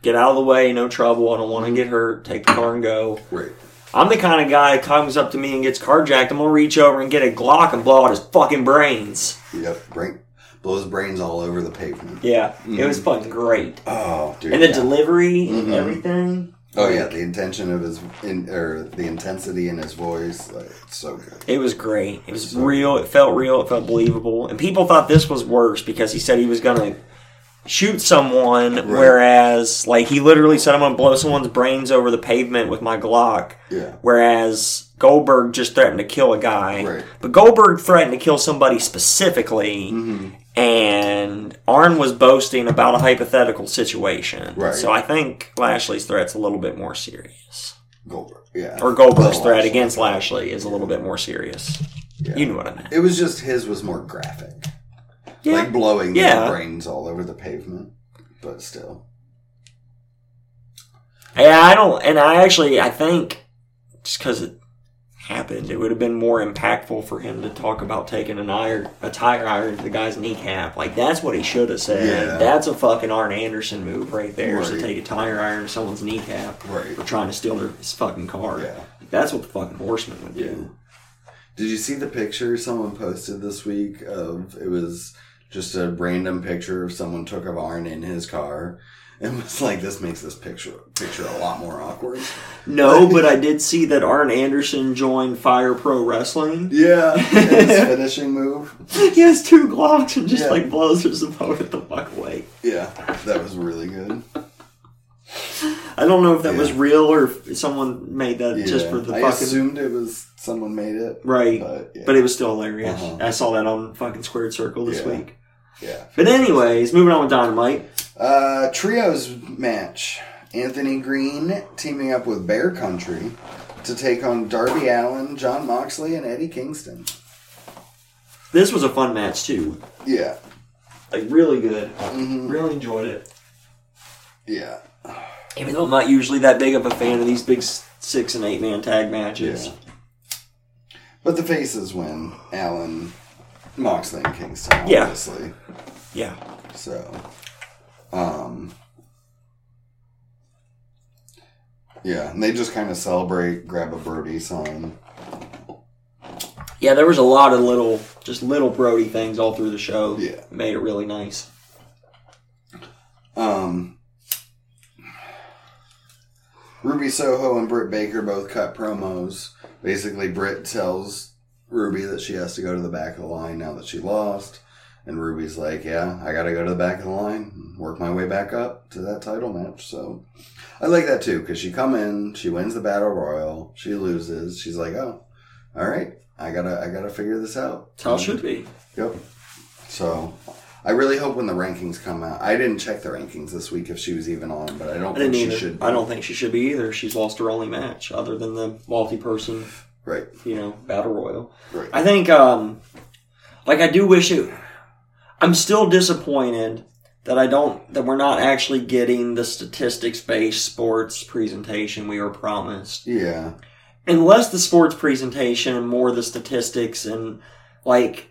get out of the way, no trouble. I don't want to get hurt. Take the car and go. right, I'm the kind of guy that comes up to me and gets carjacked. I'm going to reach over and get a Glock and blow out his fucking brains. yep, brain, blows brains all over the pavement. Yeah. It was fucking great. Oh, dude, And the Mm-hmm. yeah. delivery and Mhm. everything. oh yeah, the intention of his in, or the intensity in his voice, like it's so good. It was great. It was real. It felt real. It felt believable. And people thought this was worse because he said he was going to shoot someone, whereas, like, he literally said, I'm going to blow someone's brains over the pavement with my Glock. Yeah, Whereas Goldberg just threatened to kill a guy. Right. But Goldberg threatened to kill somebody specifically, Mm-hmm. and Arn was boasting about a hypothetical situation. Right. So I think Lashley's threat's a little bit more serious. Goldberg. Yeah, Or Goldberg's Oh, threat Lashley. against Lashley is a little bit more serious. Yeah. You know what I meant. It was just his was more graphic, Yeah. like blowing Yeah. their brains all over the pavement, but still, yeah, I don't. And I actually, I think just because it happened, it would have been more impactful for him to talk about taking an iron, a tire iron to the guy's kneecap. Like that's what he should have said. Yeah. That's a fucking Arn Anderson move right there. Is to Right. take a tire iron to someone's kneecap right. for trying to steal their his fucking car. Yeah. That's what the fucking horseman would do. Yeah. Did you see the picture someone posted this week of it was just a random picture of someone took of Arn in his car. And was like, this makes this picture picture a lot more awkward. No, but I did see that Arn Anderson joined Fire Pro Wrestling. Yeah, his finishing move. he has two Glocks and just Yeah. like blows his opponent the fuck away. Yeah, that was really good. I don't know if that Yeah. was real or if someone made that Yeah. just for the I fucking assumed it was someone made it, right. but yeah, But it was still hilarious. Uh-huh. I saw that on fucking Squared Circle this Yeah. week. yeah. But anyways, moving on with Dynamite. Uh, trios match. Anthony Green teaming up with Bear Country to take on Darby Allen, John Moxley, and Eddie Kingston. This was a fun match too. Yeah. Like really good. hmm Really enjoyed it. Yeah. Even though I'm not usually that big of a fan of these big s- six and eight man tag matches. Yeah. But the faces win. Allen, Moxley, and Kingston, Yeah. obviously. Yeah. So, um, yeah, and they just kind of celebrate, grab a birdie sign. Yeah, there was a lot of little, just little Brody things all through the show. Yeah. Made it really nice. Um, Ruby Soho and Britt Baker both cut promos. Basically, Britt tells Ruby that she has to go to the back of the line now that she lost. And Ruby's like, Yeah, I got to go to the back of the line, and work my way back up to that title match. So I like that too, because she come in, she wins the battle royal, she loses. She's like, Oh, all right, I gotta, I gotta figure this out. That's how it should be. Yep. So I really hope when the rankings come out. I didn't check the rankings this week if she was even on, but I don't I didn't think she either. should. Be. I don't think she should be either. She's lost her only match other than the multi-person, Right. you know, battle royal. Right. I think, um, like, I do wish it. I'm still disappointed that I don't that we're not actually getting the statistics-based sports presentation we were promised. yeah. and less the sports presentation and more the statistics and like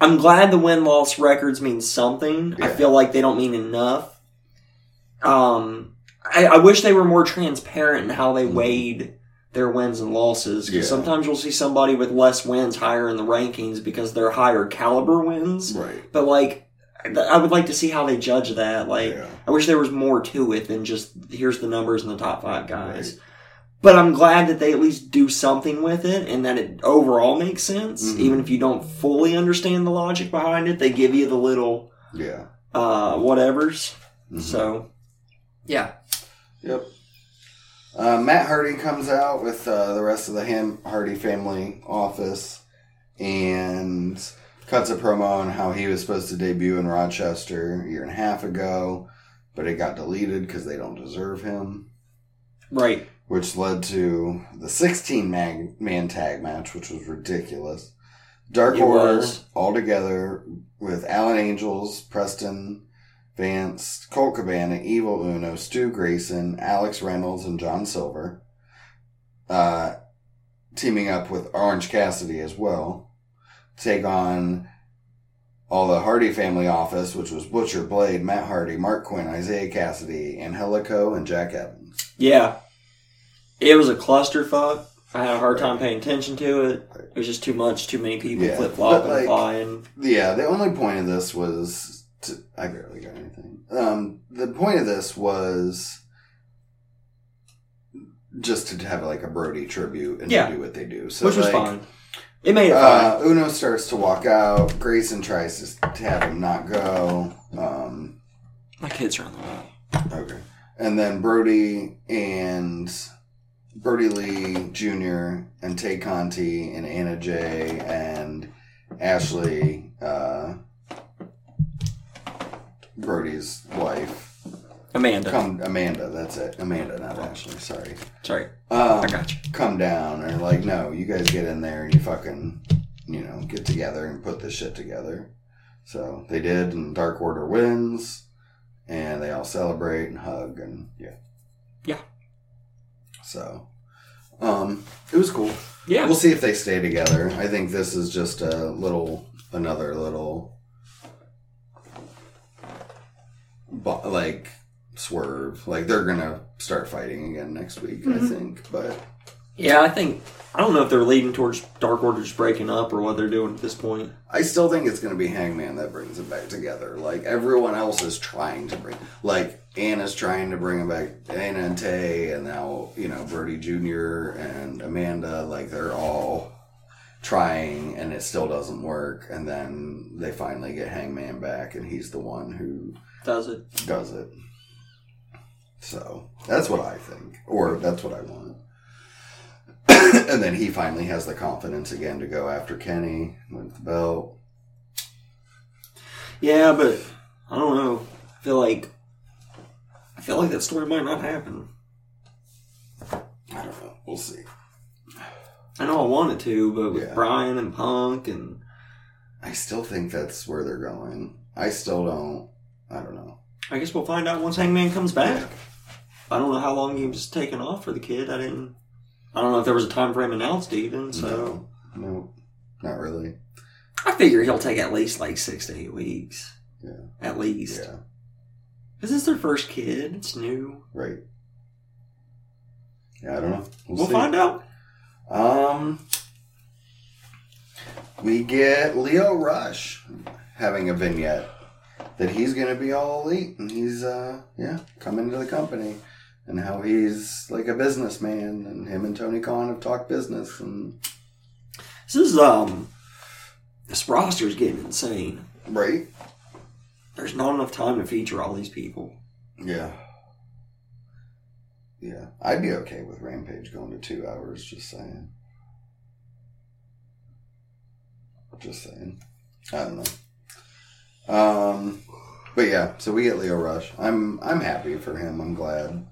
I'm glad the win loss records mean something. I Yeah. feel like they don't mean enough. Um, I, I wish they were more transparent in how they Mhm. weighed their wins and losses. 'cause Yeah. sometimes you'll see somebody with less wins higher in the rankings because they're higher caliber wins. Right. But like, I- I would like to see how they judge that. Like, yeah. I wish there was more to it than just here's the numbers in the top five guys. But I'm glad that they at least do something with it and that it overall makes sense. Mhm. Even if you don't fully understand the logic behind it, they give you the little Yeah. uh, whatevers. Mhm. So, yeah. Yep. Uh, Matt Hardy comes out with uh, the rest of the Ham Hardy family office and cuts a promo on how he was supposed to debut in Rochester a year and a half ago, but it got deleted because they don't deserve him. Right. which led to the 16 mag- man tag match, which was ridiculous. Dark It Order was. all together with Alan Angels, Preston Vance, Colt Cabana, Evil Uno, Stu Grayson, Alex Reynolds, and John Silver, uh, teaming up with Orange Cassidy as well, take on all the Hardy family office, which was Butcher, Blade, Matt Hardy, Mark Quinn, Isaiah Cassidy, Angelico, and Jack Evans. Yeah. It was a clusterfuck. I had a hard time paying attention to it. It was just too much, too many people Yeah. flip flopping But, and like- flying. Yeah, the only point of this was to, I barely got anything. Um, the point of this was just to have like a Brody tribute and Yeah. to do what they do, so which was like, fine. It made it fine. Uh, Uno starts to walk out. Grayson tries to, to have him not go. Um, My kids are on the way. okay, and then Brody and Brody Lee Jr. and Tay Conti and Anna Jay and Ashley, uh, Brody's wife, Amanda. come Amanda. That's it, Amanda, not Ashley. Sorry. Sorry. Um, I got you. come down and are like, no, you guys get in there and you fucking, you know, get together and put this shit together. So they did, and Dark Order wins, and they all celebrate and hug and yeah, Yeah. So, um, it was cool. Yeah. We'll see if they stay together. I think this is just a little, another little, bo- like swerve. Like they're gonna start fighting again next week, I Mhm. think. But Yeah, I think I don't know if they're leading towards Dark Order's breaking up or what they're doing at this point. I still think it's going to be Hangman that brings them back together. Like everyone else is trying to bring, like Anna's trying to bring them back. Anna and Tay, and now you know Birdie Junior and Amanda. Like they're all trying, and it still doesn't work. And then they finally get Hangman back, and he's the one who Does it? does it. So that's what I think, or that's what I want. and then he finally has the confidence again to go after Kenny with the belt. Yeah, but I don't know. I feel like I feel like that story might not happen. I don't know. We'll see. I know I wanted to, but with Yeah. Brian and Punk and I still think that's where they're going. I still don't. I don't know. I guess we'll find out once Hangman comes back. I don't know how long he was taking off for the kid. I didn't. I don't know if there was a time frame announced even. So No, no not really. I figure he'll take at least like six to eight weeks. Yeah. At least. Yeah, This is their first kid. It's new. right. Yeah, I don't know. We'll, We'll see. find out. Um, we get Leo Rush having a vignette that he's going to be all elite, and he's uh yeah coming to the company, and how he's like a businessman, and him and Tony Khan have talked business, and This is um. This roster's getting insane. right, There's not enough time to feature all these people. yeah, yeah. I'd be okay with Rampage going to two hours. Just saying. Just saying. I don't know. Um, but yeah, so we get Leo Rush. I'm I'm happy for him. I'm glad.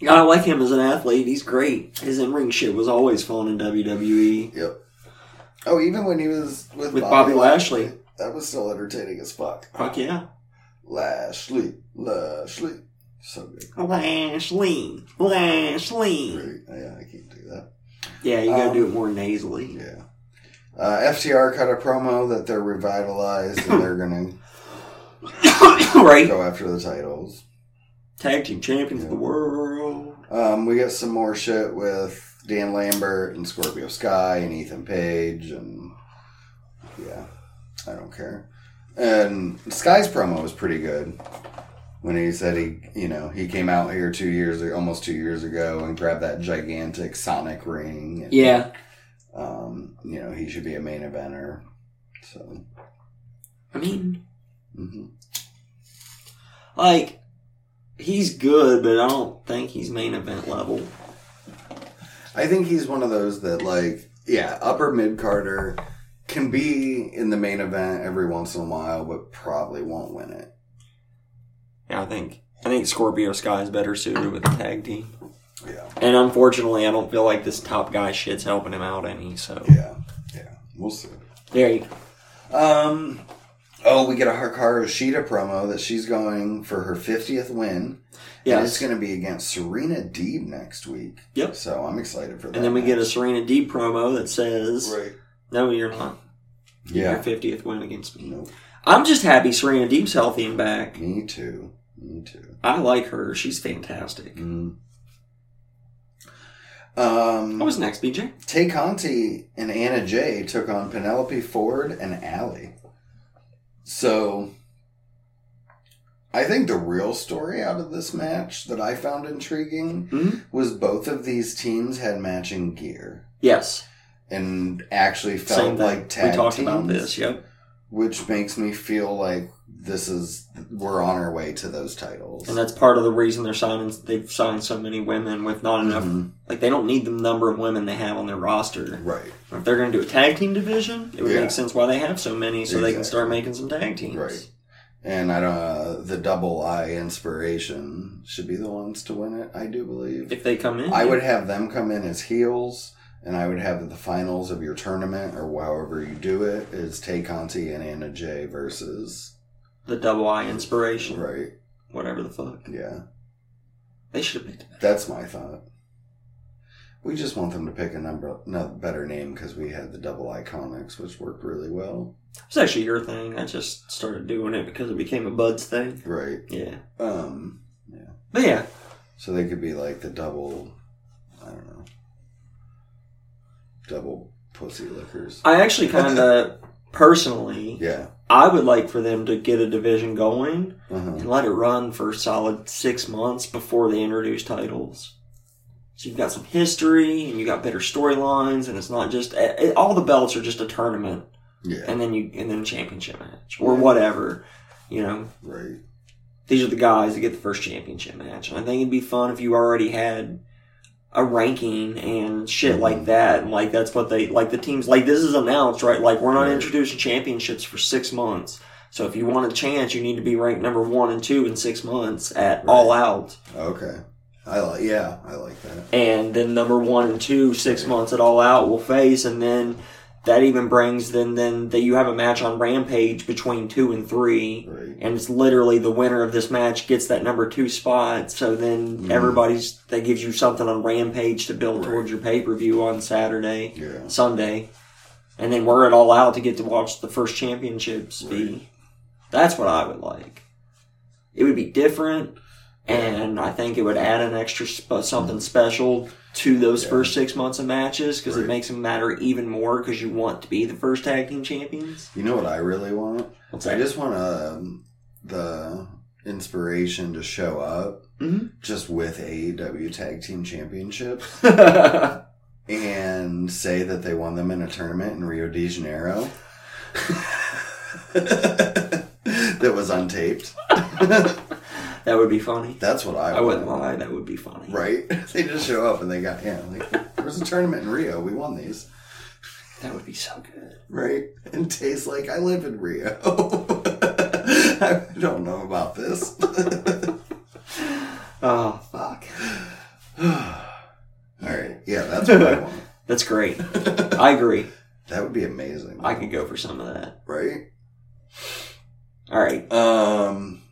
Yeah, I like him as an athlete. He's great. His in ring shit was always fun in E. WWE. Yep. Oh, even when he was with, With Bobby Lashley. that was still entertaining as fuck. Fuck yeah. Lashley, Lashley, so good. Lashley. Lashley. Great. Yeah, I can't do that. Yeah, you gotta Um, do it more nasally. Yeah. Uh, FTR cut a promo that they're revitalized and they're gonna right? go after the titles. Tag team champions of the Yeah. world. Um, we got some more shit with Dan Lambert and Scorpio Sky and Ethan Page and yeah, I don't care. And Sky's promo was pretty good when he said he, you know, he came out here two years, almost two years ago, and grabbed that gigantic Sonic ring. And, Yeah. um, you know, he should be a main eventer. So, I mean, hmm like, he's good, but I don't think he's main event level. I think he's one of those that like yeah, upper mid Carter can be in the main event every once in a while, but probably won't win it. Yeah, I think. I think Scorpio Sky is better suited with the tag team. Yeah. And unfortunately, I don't feel like this top guy shit's helping him out any, so. Yeah. Yeah. We'll see. There you go. Um Oh, we get a Hikaru Shida promo that she's going for her 50th win. Yeah. And it's Yes. going to be against Serena Deeb next week. Yep. So I'm excited for that. And then we get a match. Serena D promo that says, Right. No, you're not. Yeah. Your 50th win against me. Nope. I'm just happy Serena Deep's healthy and back. Me too. Me too. I like her. She's fantastic. Mm. Um, What was next, BJ? Tay Conti and Anna Jay took on Penelope Ford and Allie. So, I think the real story out of this match that I found intriguing Mhm. was both of these teams had matching gear Yes. and actually Same felt thing. like tag we talked teams, about this. Yep. which makes me feel like this is we're on our way to those titles. And that's part of the reason they're signing. They've signed so many women with not enough. Mhm. Like they don't need the number of women they have on their roster. right, If they're going to do a tag team division, it would Yeah. make sense why they have so many, so they can Exactly. start making some tag teams. Right. and I don't. Uh, the double I inspiration should be the ones to win it. I do believe. If they come in, I would have them come in as heels, and I would have the finals of your tournament or however you do it is Tay Conti and Anna Jay versus the double I inspiration, right. whatever the fuck. Yeah, They should have picked that's my thought. We just want them to pick a number, no better name because we had the double iconics, which worked really well. It's actually your thing. I just started doing it because it became a Bud's thing. Right. Yeah. Um. But yeah, So they could be like the double. I don't know. double pussy lickers. I actually kind of personally, Yeah. I would like for them to get a division going Uh-huh. and let it run for a solid six months before they introduce titles. So you've got some history and you got better storylines, and it's not just it, it- all the belts are just a tournament, Yeah. and then you and then a championship match or Yeah. whatever. You know, Right. these are the guys that get the first championship match. And I think it'd be fun if you already had a ranking and shit Mm-hmm. like that. And like that's what they like the teams like this is announced, right? Like we're not Right. introducing championships for six months. So if you want a chance, you need to be ranked number one and two in six months at Right. all out. Okay. I like. Yeah, I like that. And then number one and two, six months at all out will face and then that even brings then then that you have a match on Rampage between two and three Right. and it's literally the winner of this match gets that number two spot. So then Mhm. everybody's that gives you something on Rampage to build Right. towards your pay per view on Saturday, Yeah. Sunday, and then we're it all out to get to watch the first championships Right. be. That's what I would like. It would be different, and I think it would add an extra sp- something special to those Mm. Yeah. first six months of matches because Right. it makes them matter even more because you want to be the first tag team champions. You know what I really want? What's I just want um, the inspiration to show up Mhm. just with AEW Tag Team Championships that? and say that they won them in a tournament in Rio de Janeiro that was untaped. that would be funny. That's what I, I want. wouldn't lie, that would be funny. Right? They just show up and they got, yeah, like, there was a tournament in Rio. We won these. That would be so good. Right? And tastes like I live in Rio. I don't know about this. Oh, fuck. All right. Yeah, that's what I want. That's great. I agree. That would be amazing. I could go for some of that. right? All right. Um,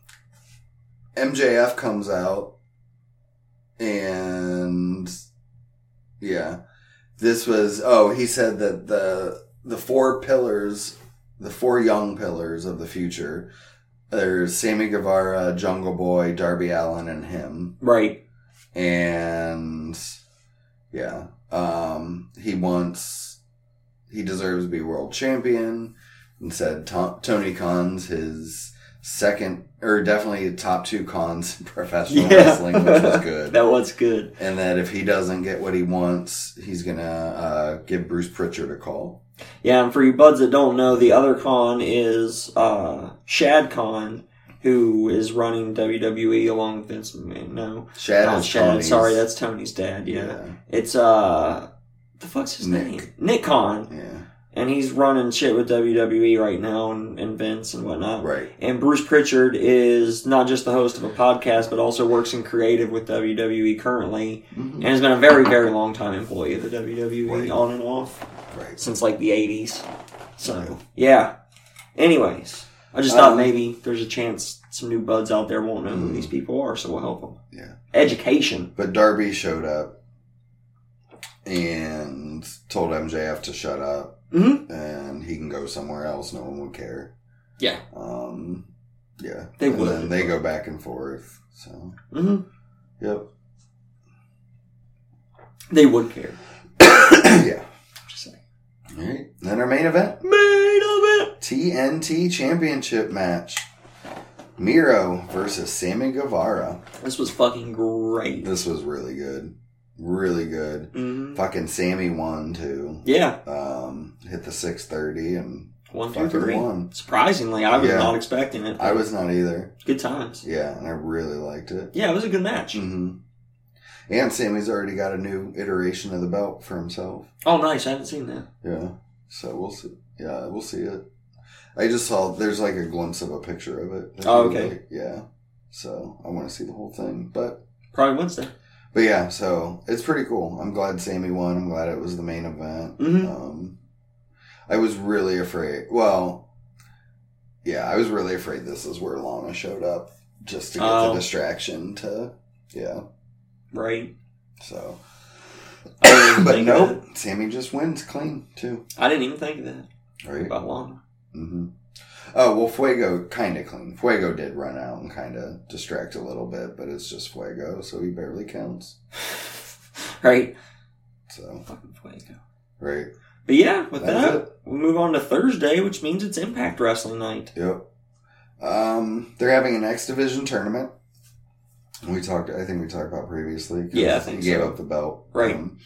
MJF comes out, and yeah, this was. Oh, he said that the the four pillars, the four young pillars of the future, there's Sammy Guevara, Jungle Boy, Darby Allen, and him, Right. and yeah, um, he wants he deserves to be world champion, and said Tom, Tony Khan's his second or definitely top two cons in professional Yeah. wrestling, which was good. That was good. and that if he doesn't get what he wants, he's gonna uh, give Bruce Pritchard a call. Yeah, and for you buds that don't know, the other con is uh, Shad Khan, who is running WWE along with Vince McMahon. No. Shad Not is Oh, Shad. Tony's- Sorry, that's Tony's dad. Yeah. yeah, It's, uh, the fuck's his Nick. name? Nick Khan. yeah, And he's running shit with WWE right now and, and Vince and whatnot. right, And Bruce Pritchard is not just the host of a podcast, but also works in creative with WWE currently, Mhm. and has been a very, very long time employee of the WWE Right. on and off right. since like the 80s. So, Right. yeah. Anyways, I just thought Um, maybe there's a chance some new buds out there won't know who Mm. these people are, so we'll help them. Yeah. Education. But Darby showed up and told MJF to shut up. hmm and he can go somewhere else. No one would care. Yeah. Um, yeah. They and would. Then they go back and forth. So. hmm Yep. They would care. yeah. Just saying. All right. Then our main event: Made of it. TNT Championship match. Miro versus Sammy Guevara. This was fucking great. This was really good. Really good. hmm Fucking Sammy won too. Yeah. Um, hit the six thirty and One, two, fucking three. won. Surprisingly, I was Yeah. not expecting it. I was not either. Good times. Yeah, and I really liked it. Yeah, it was a good match. hmm And Sammy's already got a new iteration of the belt for himself. Oh, nice. I haven't seen that. Yeah. So we'll see. Yeah, we'll see it. I just saw there's like a glimpse of a picture of it. that Oh, he, okay. like, yeah. So I want to see the whole thing, but Probably Wednesday. but yeah. So it's pretty cool. I'm glad Sammy won. I'm glad it was the main event. Mhm. Um, I was really afraid. Well, yeah, I was really afraid this is where Lana showed up just to get Oh. the distraction to yeah. Right. So, I didn't even but think of nope, Sammy just wins clean too. that. I didn't even think of that Right. about Lana. Mm-hmm. Oh well, Fuego kind of clean. Fuego did run out and kind of distract a little bit, but it's just Fuego, so he barely counts. right. So Fucking Fuego. Right. But yeah, with That's that, it. we move on to Thursday, which means it's Impact Wrestling night. Yep. Um, they're having an X Division tournament. We talked. I think we talked about previously. 'cause Yeah, I think he gave so. up the belt. Right. Um,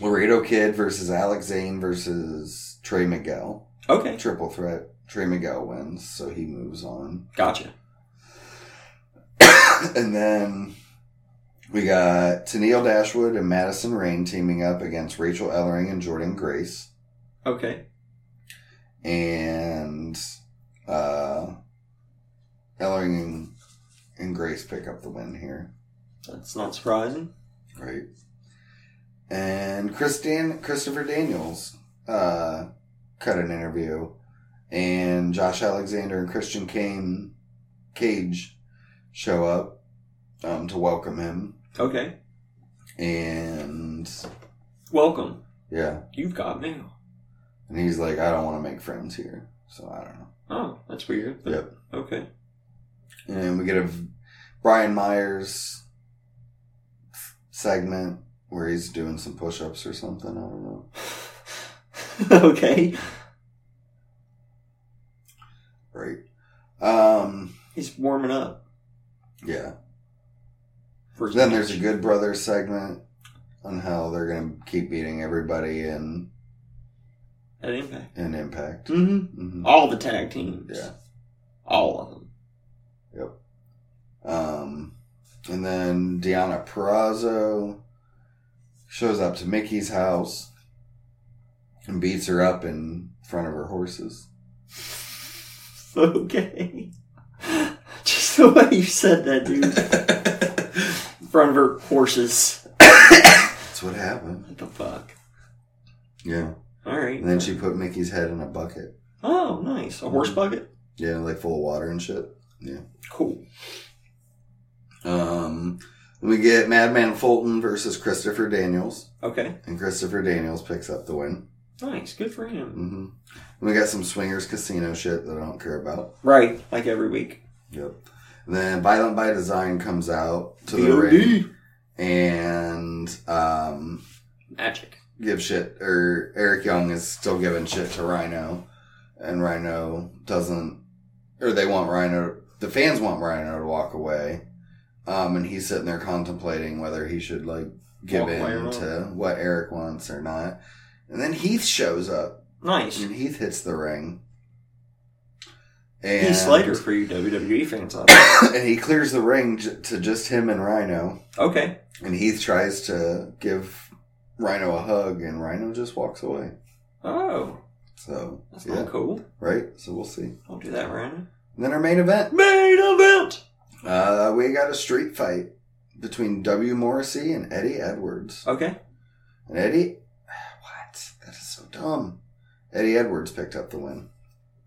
Laredo Kid versus Alex Zane versus Trey Miguel. Okay, Triple threat. Trey Miguel wins, so he moves on. gotcha. and then we got Tennille Dashwood and Madison Rain teaming up against Rachel Ellering and Jordan Grace. Okay, and uh, Ellering and, and Grace pick up the win here, that's not surprising. right? And Christian Christopher Daniels uh, cut an interview, and Josh Alexander and Christian Kane Cage show up um, to welcome him, Okay, and welcome. yeah, You've got mail. and he's like, I don't want to make friends here, so I don't know. Oh, that's weird. but- Yep. Okay. And we get a v- Brian Myers segment where he's doing some push ups or something. I don't know. okay. Right. Um, He's warming up. yeah. For his Then there's a match. Good Brothers segment on how they're going to keep beating everybody in, at Impact. in Impact. Mm-hmm. hmm All the tag teams. Yeah. All of them. Um, and then Deanna Perrazzo shows up to Mickey's house and beats her up in front of her horses. Okay. Just the way you said that, dude. That's In front of her horses. what happened. What the fuck? Yeah. All right. And then she Mm-hmm. put Mickey's head in a bucket. Oh, nice. A horse bucket? Yeah, like full of water and shit. Cool. Um, we get Madman Fulton versus Christopher Daniels, Okay. and Christopher Daniels picks up the win. Nice. Good for him. hmm We got some swingers casino shit that I don't care about. Right. Like every week. Yep. then Violent by Design comes out to the ring VOD. and um, Magic. give shit or Eric Young is still giving shit to Rhino and Rhino doesn't or they want Rhino the fans want Rhino to walk away. Um and he's sitting there contemplating whether he should like give Walk away or in not. to what Eric wants or not. And then Heath shows up Nice. and Heath hits the ring. He's And Slater for you WWE fans out there. and he clears the ring j- to just him and Rhino. Okay. And Heath tries to give Rhino a hug, and Rhino just walks away. Oh. So That's yeah, not cool. right. So we'll see. Don't do that, Ryan. And then our main event, Main event! uh, we got a street fight between W. Morrissey and Eddie Edwards. Okay. And Eddie, what? That is so dumb. Eddie Edwards picked up the win.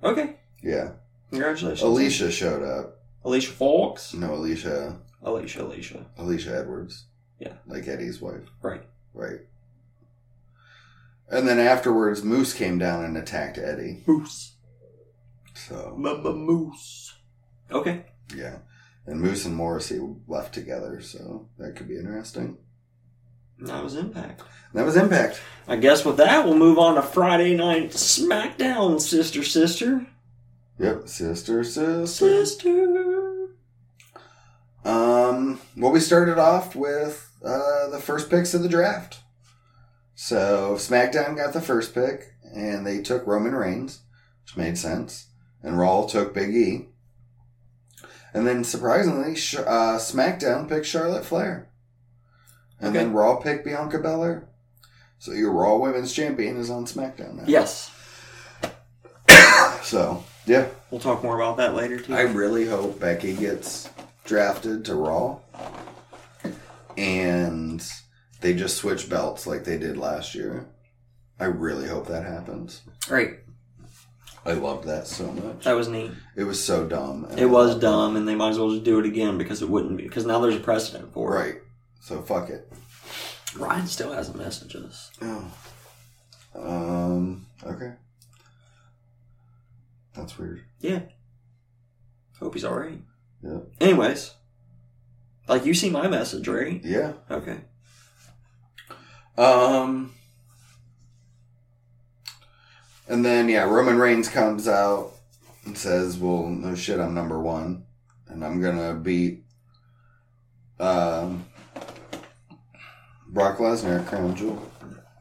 Okay. Yeah. Congratulations. Alicia showed up. Alicia Fox. No, Alicia. Alicia, Alicia. Alicia Edwards. Yeah. Like Eddie's wife. Right. Right. And then afterwards, Moose came down and attacked Eddie. Moose. So Mama Moose. Okay. yeah. And Moose and Morrissey left together, so that could be interesting. That was Impact. That was Impact. I guess with that, we'll move on to Friday Night SmackDown, sister, sister. Yep, sister, sister. Sister. Um, well, we started off with uh, the first picks of the draft. So SmackDown got the first pick, and they took Roman Reigns, which made sense, and Raw took Big E. And then surprisingly, Sh- uh, SmackDown picked Charlotte Flair, and Okay. then Raw picked Bianca Belair. So your Raw Women's Champion is on SmackDown now. Yes. So yeah, We'll talk more about that later, too. I really hope Becky gets drafted to Raw and they just switch belts like they did last year. I really hope that happens. Great. I loved that so much. That was neat. It was so dumb. and I It was loved it. dumb, and they might as well just do it again because it wouldn't be. Because now there's a precedent for it. Right. So fuck it. Ryan still hasn't messaged us. Oh. Um, okay. That's weird. Hope he's alright. Yeah. Anyways, like you see my message, right? Yeah. Okay. Um And then yeah, Roman Reigns comes out and says, "Well, no shit, I'm number one, and I'm gonna beat um, Brock Lesnar at Crown Jewel."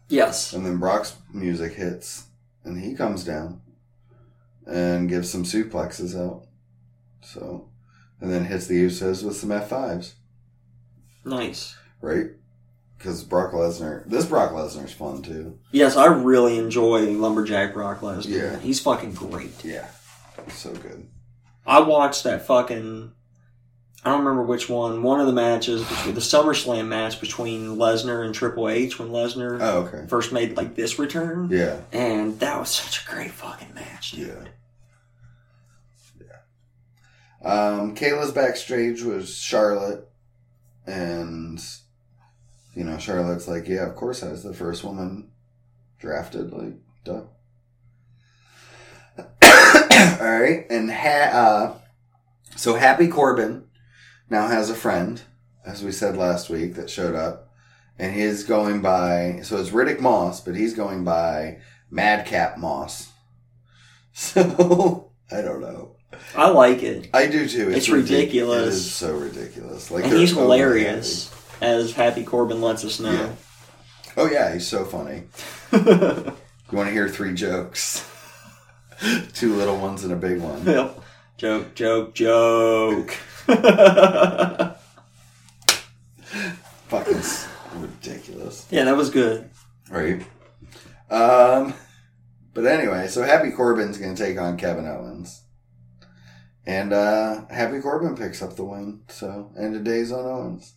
Yes. And then Brock's music hits, and he comes down and gives some suplexes out. So, and then hits the Usos with some F5s, Nice. right? Because Brock Lesnar, this Brock Lesnar's fun too. Yes, I really enjoy Lumberjack Brock Lesnar. Yeah. He's fucking great. Yeah. So good. I watched that fucking. I don't remember which one. One of the matches, between, the SummerSlam match between Lesnar and Triple H when Lesnar Oh, okay. first made like this return, Yeah. and that was such a great fucking match, dude. Yeah. Yeah. Um, Kayla's backstage was Charlotte, and you know Charlotte's like, yeah, of course I was the first woman drafted, like, duh. All right, and ha- uh, so Happy Corbin now has a friend, as we said last week, that showed up, and he's going by. So it's Riddick Moss, but he's going by Madcap Moss. So I don't know. I like it, I do too. It's ridic- ridiculous. It is so ridiculous. Like and they're he's so hilarious, as Happy Corbin lets us know. happy. Oh yeah, he's so funny. You want to hear three jokes? Two little ones and a big one. Yep. joke, joke, joke. yeah, Fucking s- ridiculous, that was good. right? Um, but anyway, so Happy Corbin's gonna take on Kevin Owens, and uh, Happy Corbin picks up the win. So end of days on Owens.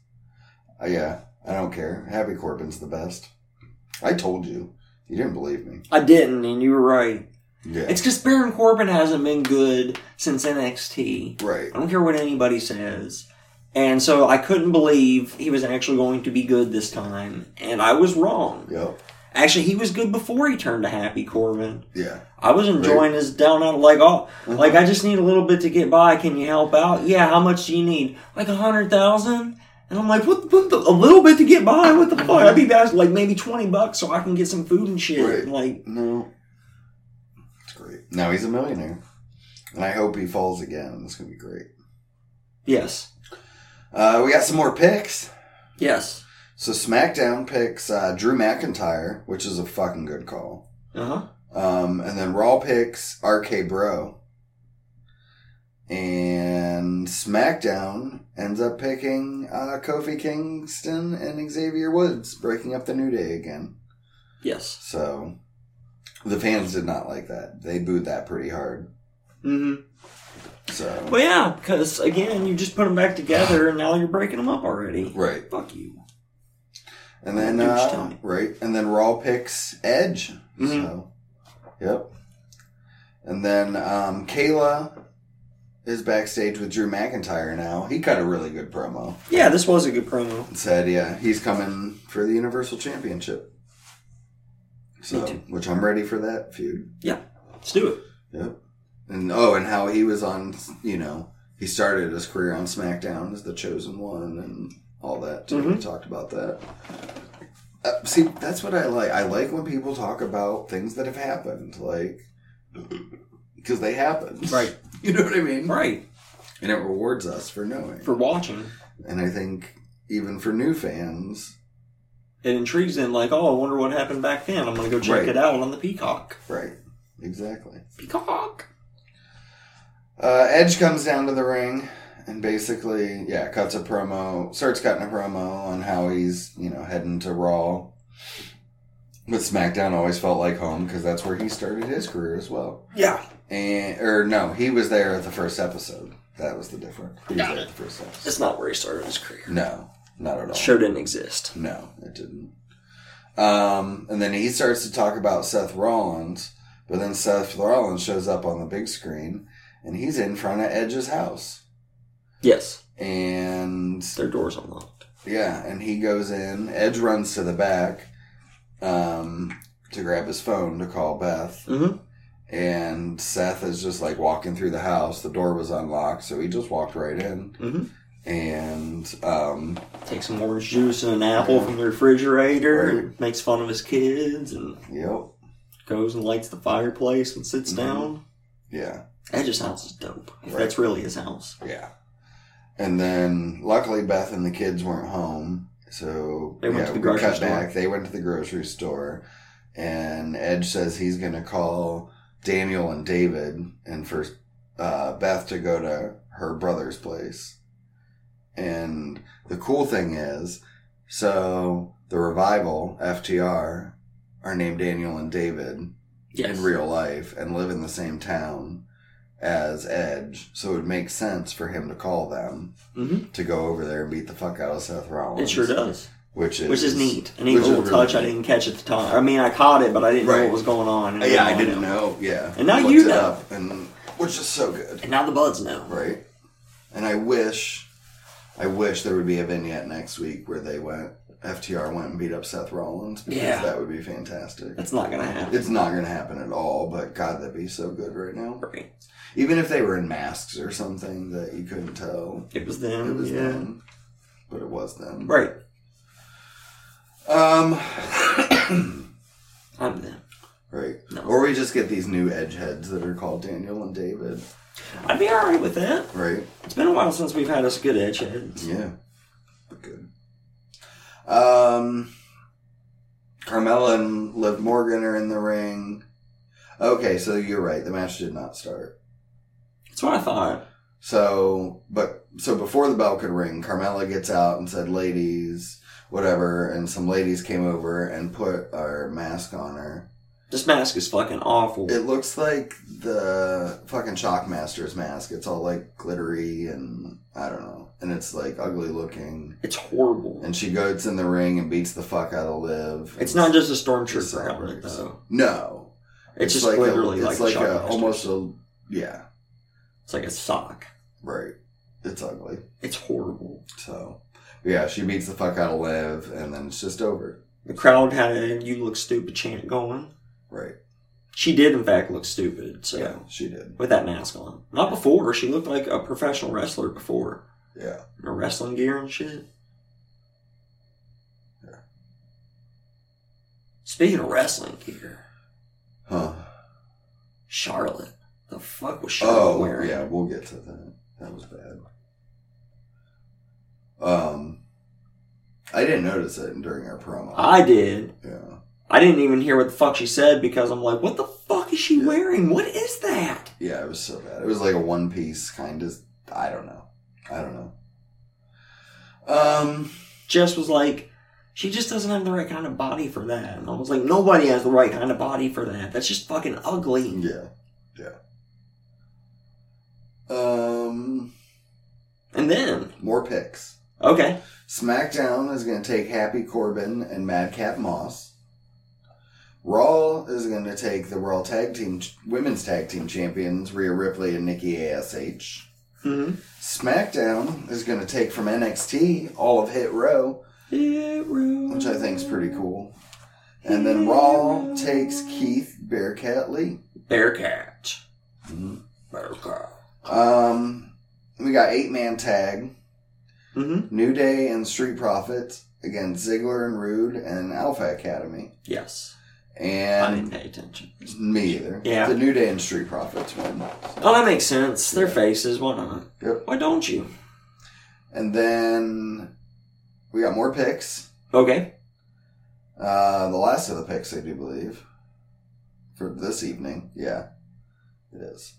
Uh, yeah, I don't care. Happy Corbin's the best. I told you. You didn't believe me. I didn't, and you were right. Yeah. It's because Baron Corbin hasn't been good since NXT. right. I don't care what anybody says. And so I couldn't believe he was actually going to be good this time, and I was wrong. Yep. Actually, he was good before he turned to Happy Corbin. Yeah. I was enjoying his down out like oh, Uh-huh. like I just need a little bit to get by. Can you help out? Yeah, how much do you need? Like a hundred thousand? And I'm like, what? what the, a little bit to get by? What the fuck? I'd be back like maybe twenty bucks so I can get some food and shit. Right. Like No. It's great. Now he's a millionaire. And I hope he falls again. That's going to be great. yes, Uh, we got some more picks. yes, So SmackDown picks uh, Drew McIntyre, which is a fucking good call. uh huh, Um, and then Raw picks RK Bro. And SmackDown ends up picking uh, Kofi Kingston and Xavier Woods, breaking up the New Day again. yes. So the fans did not like that. They booed that pretty hard. Mm-hmm. So Well, yeah, because again, you just put them back together, and now you're breaking them up already. right, Fuck you. and then Douche uh, Tony. right, and then Raw picks Edge. Mhm. So yep, and then um, Kayla is backstage with Drew McIntyre now. He cut a really good promo Yeah, this was a good promo. and said, "Yeah, he's coming for the Universal Championship." So, too. which I'm ready for that feud. Let's do it. Yep. And oh, and how he was on, you know, he started his career on SmackDown as the chosen one and all that. Too. We Mhm. talked about that. Uh, see, that's what I like. I like when people talk about things that have happened, like because they happened, Right. You know what I mean, Right. And it rewards us for knowing. For watching, and I think even for new fans, it intrigues them. Like, oh, I wonder what happened back then. I'm gonna go check Right. it out on the Peacock. right? Exactly. Peacock. Uh, Edge comes down to the ring and basically, yeah, cuts a promo, starts cutting a promo on how he's, you know, heading to Raw. But SmackDown always felt like home because that's where he started his career as well. Yeah. And or no, he was there at the first episode. That was the difference. He was Got there at the first episode. That's not where he started his career. No, not at all. Show didn't exist. No, it didn't. Um, and then he starts to talk about Seth Rollins, but then Seth Rollins shows up on the big screen and he's in front of Edge's house. Yes. And Their doors unlocked. yeah, and he goes in. Edge runs to the back um, to grab his phone to call Beth. Mm-hmm. And Seth is just like walking through the house. The door was unlocked, so he just walked right in. Mm-hmm. And um, Take some orange juice and an apple from the refrigerator, Right. and makes fun of his kids, and yep, goes and lights the fireplace and sits Mhm. down. Yeah, Edge's house is dope. If Right. That's really his house. yeah. And then luckily Beth and the kids weren't home, so They went yeah, to the we grocery cut store. back. They went to the grocery store, and Edge says he's going to call Daniel and David, and for uh, Beth to go to her brother's place. And the cool thing is, so the revival FTR are named Daniel and David, Yes. in real life and live in the same town as Edge, so it would make sense for him to call them Mhm. to go over there and beat the fuck out of Seth Rollins. It sure does. Which is Which is neat. A neat which is little really touch I neat. didn't catch at the time. I mean, I caught it, but I didn't know Right. Oh, what was going on. And Yeah, now I didn't know. Yeah, And now Looked you it know. up, and which is so good, And now the buds know. right? And I wish, I wish there would be a vignette next week where they went FTR went and beat up Seth Rollins because Yeah. that would be fantastic. That's not going to happen. It's not going to happen at all, but God, that'd be so good right now. Right. Even if they were in masks or something that you couldn't tell It was it them. was yeah. them, but it was them. Right. Um, I'm them. right. No. Or we just get these new edge heads that are called Daniel and David. I'd be all right with that. Right. It's been a while since we've had us good edge heads. Yeah. But good. Um, Carmella and Liv Morgan are in the ring. Okay, so you're right. The match did not start. That's what I thought. So, but so before the bell could ring, Carmella gets out and said, "Ladies, whatever," and some ladies came over and put our mask on her. This mask is fucking awful. It looks like the fucking Shockmaster's mask. It's all like glittery and I don't know, and it's like ugly looking. it's horrible. And she goes in the ring and beats the fuck out of Liv. It's not just a It's stormtrooper not outfit race. though. no. It's, just literally a, like it's a like, shock a, master. almost a yeah It's like a sock. right. It's ugly. It's horrible. So yeah, she beats the fuck out of Liv, and then it's just over. The crowd had a "You look stupid" chant going. Right. She did, in fact, look stupid. So Yeah, she did. with that mask on, not before she looked like a professional wrestler before, Yeah. in her wrestling gear and shit. Yeah. Speaking of wrestling gear, Huh. Charlotte. The fuck was Charlotte Oh, wearing? yeah. We'll get to that. That was bad. Um, I didn't notice it during our promo. I did. yeah. I didn't even hear what the fuck she said because I'm like, what the fuck is she Yeah. wearing? What is that? Yeah, it was so bad. It was like a one piece kind of. I don't know. I don't know. Um. Jess was like, she just doesn't have the right kind of body for that. And I was like, nobody has the right kind of body for that. That's just fucking ugly. Yeah. Yeah. Um. And then, More picks. okay, SmackDown is going to take Happy Corbin and Madcap Moss. Raw is going to take the Raw Tag Team Women's Tag Team Champions Rhea Ripley and Nikki Ash. Mm-hmm. hmm SmackDown is going to take from NXT all of Hit Row, which I think is pretty cool. And then Raw takes Keith Bearcat Lee. Bearcat. Bearcat. Um, we got eight man tag hmm New Day and Street Profits against Ziggler and Rude and Alpha Academy. Yes, I And didn't pay attention. Me either. Yeah. The New Day and Street Profits win. Oh, that makes sense. Their faces. Why not? Yep. Why don't you? And then we got more picks. Okay. Uh, the last of the picks, I do believe, for this evening. Yeah, it is.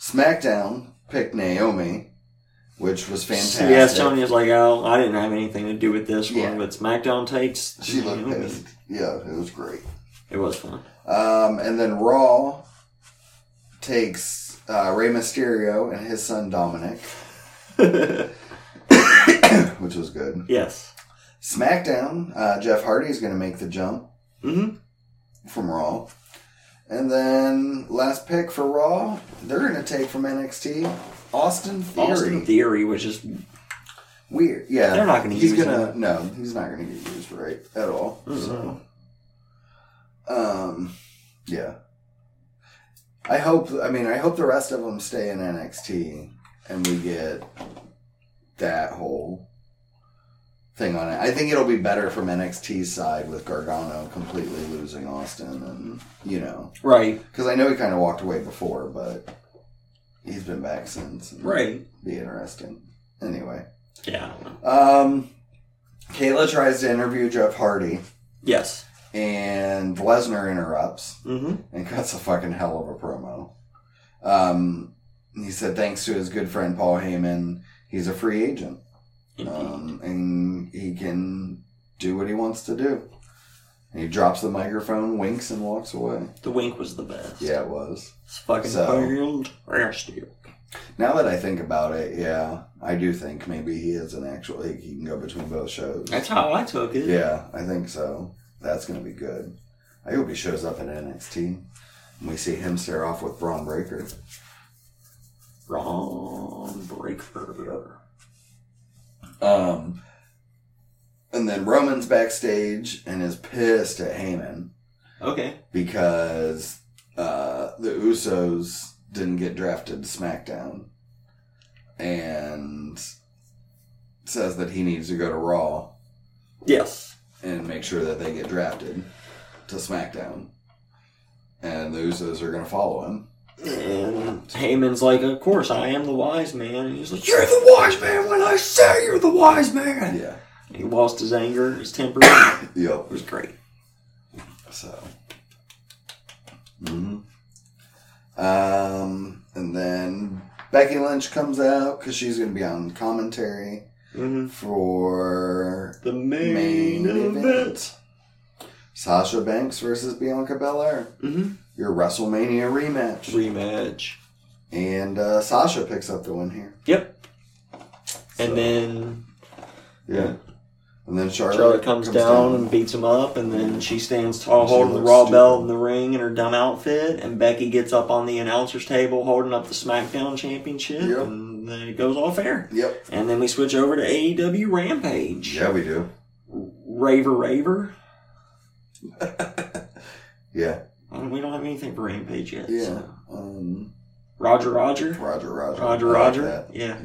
SmackDown picked Naomi, which was fantastic. Yes, Tony is like, oh, I didn't have anything to do with this Yeah. one, but SmackDown takes. She looked pissed. Yeah, it was great. It was fun. Um, and then Raw takes uh, Rey Mysterio and his son Dominic, which was good. yes. SmackDown, uh, Jeff Hardy is going to make the jump Mm-hmm. from Raw. And then last pick for Raw, they're going to take from NXT Austin Theory. Austin Theory, which is Weird. Yeah. They're not gonna He's use gonna no, he's not going to get used right at all. So um yeah. I hope I mean I hope the rest of them stay in NXT and we get that whole thing on it. I think it'll be better from NXT's side with Gargano completely losing Austin, and you know, Right. because I know he kind of walked away before, but he's been back since. and Right. be interesting. Anyway, Yeah. um, Kayla tries to interview Jeff Hardy, Yes. and Lesnar interrupts. hmm and cuts a fucking hell of a promo. Um, he said thanks to his good friend Paul Heyman, he's a free agent, Indeed. um, and he can do what he wants to do. And he drops the microphone, winks, and walks away. the wink was the best. Yeah, it was. It's fucking So- fantastic. Now that I think about it, yeah, I do think maybe he is an actual. He he can go between both shows. That's how I took it. Yeah, I think so. That's gonna be good. I hope he shows up in NXT. And we see him stare off with Braun Breaker. Ron Breaker. Um, and then Roman's backstage and is pissed at Heyman Okay. because uh, the Usos didn't get drafted to SmackDown and says that he needs to go to Raw Yes. and make sure that they get drafted to SmackDown. And the Usos are going to follow him. And Mm-hmm. Heyman's like, Of course, I am the wise man. And he's like, You're the wise man when I say you're the wise man. Yeah. He lost his anger, his temper. it Yep. was great. So. hmm Um, and then Becky Lynch comes out because she's going to be on commentary hmm for The main event. Sasha Banks versus Bianca Belair, hmm your WrestleMania rematch. Rematch. And uh, Sasha picks up the win here. Yep. So, And then yeah. And then Charlotte, Charlotte comes, down, and beats him up, and then she stands tall She holding the looks Raw stupid. belt in the ring in her dumb outfit, and Becky gets up on the announcer's table holding up the SmackDown Championship, Yep. and then it goes off air. Yep. And then we switch over to AEW Rampage. Yeah, we do. Raver Raver. Yeah. Um, We don't have anything for Rampage yet. Yeah. so. Um, Roger Roger. Roger, Roger. Roger I like Roger. that. Yeah. Yeah.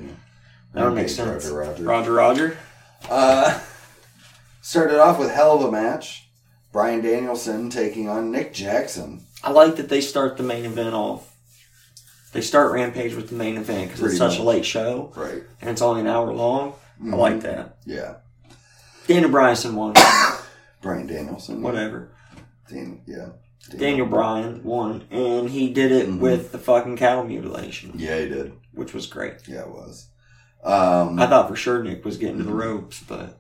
That would Okay, make sense. Roger, Roger. Roger Roger. Uh, started off with hell of a match. Brian Danielson taking on Nick Jackson. I like that they start the main event off. They start Rampage with the main event because Pretty it's such a much. late show Right. and it's only an hour long. I like that. Mm-hmm. Yeah. Daniel Bryan won. Brian Danielson. Whatever. Dan- yeah. Dan- Daniel Bryan won, and he did it Mhm. with the fucking cattle mutilation, Yeah, he did. which was great. Yeah, it was. Um, I thought for sure Nick was getting to the ropes, but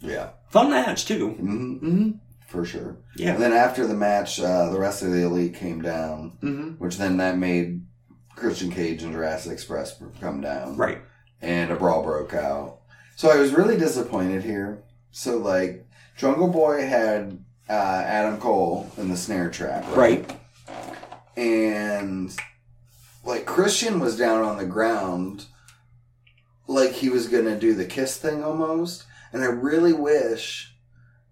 yeah. fun match too. hmm Mm-hmm. For sure. Yeah. And then after the match, uh, the rest of the elite came down, Mm-hmm. which then that made Christian Cage and Jurassic Express come down. Right. and a brawl broke out. So I was really disappointed here. So like Jungle Boy had uh, Adam Cole in the snare trap, Right. And like Christian was down on the ground, like he was gonna do the kiss thing almost. And I really wish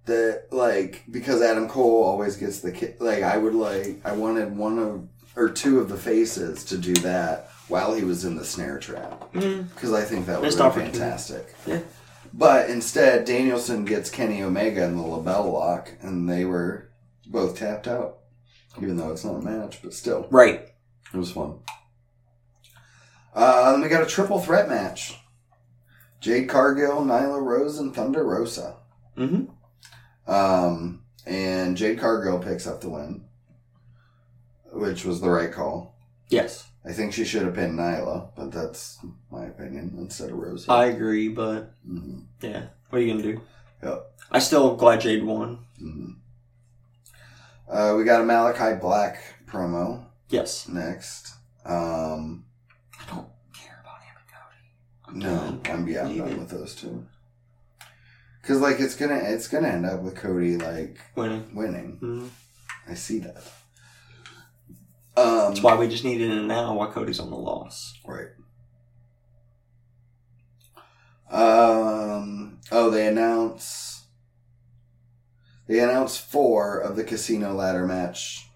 that like because Adam Cole always gets the kiss. Like I would like I wanted one of or two of the faces to do that while he was in the snare trap Mm. because I think that would Missed have been opportunity. fantastic. Yeah. But instead, Danielson gets Kenny Omega in the label lock, and they were both tapped out. Even though it's not a match, but still, Right. it was fun. Uh, then we got a triple threat match: Jade Cargill, Nyla Rose, and Thunder Rosa. Mm-hmm. Um, and Jade Cargill picks up the win, which was the right call. Yes. I think she should have pinned Nyla, but that's my opinion instead of Rosa. I agree, but Mhm. yeah. What are you gonna do? Yep. I still am glad Jade won. Mhm. Uh, we got a Malachi Black promo Yes. next. Um, I don't care about him and Cody. no, I'm yeah, I'm Leave done it. with those two. Cause like it's gonna it's gonna end up with Cody like Winning. winning. Mhm. I see that. Um, That's why we just needed it now. While Cody's on the loss. right. Um. Oh, they announce. They announce four of the casino ladder match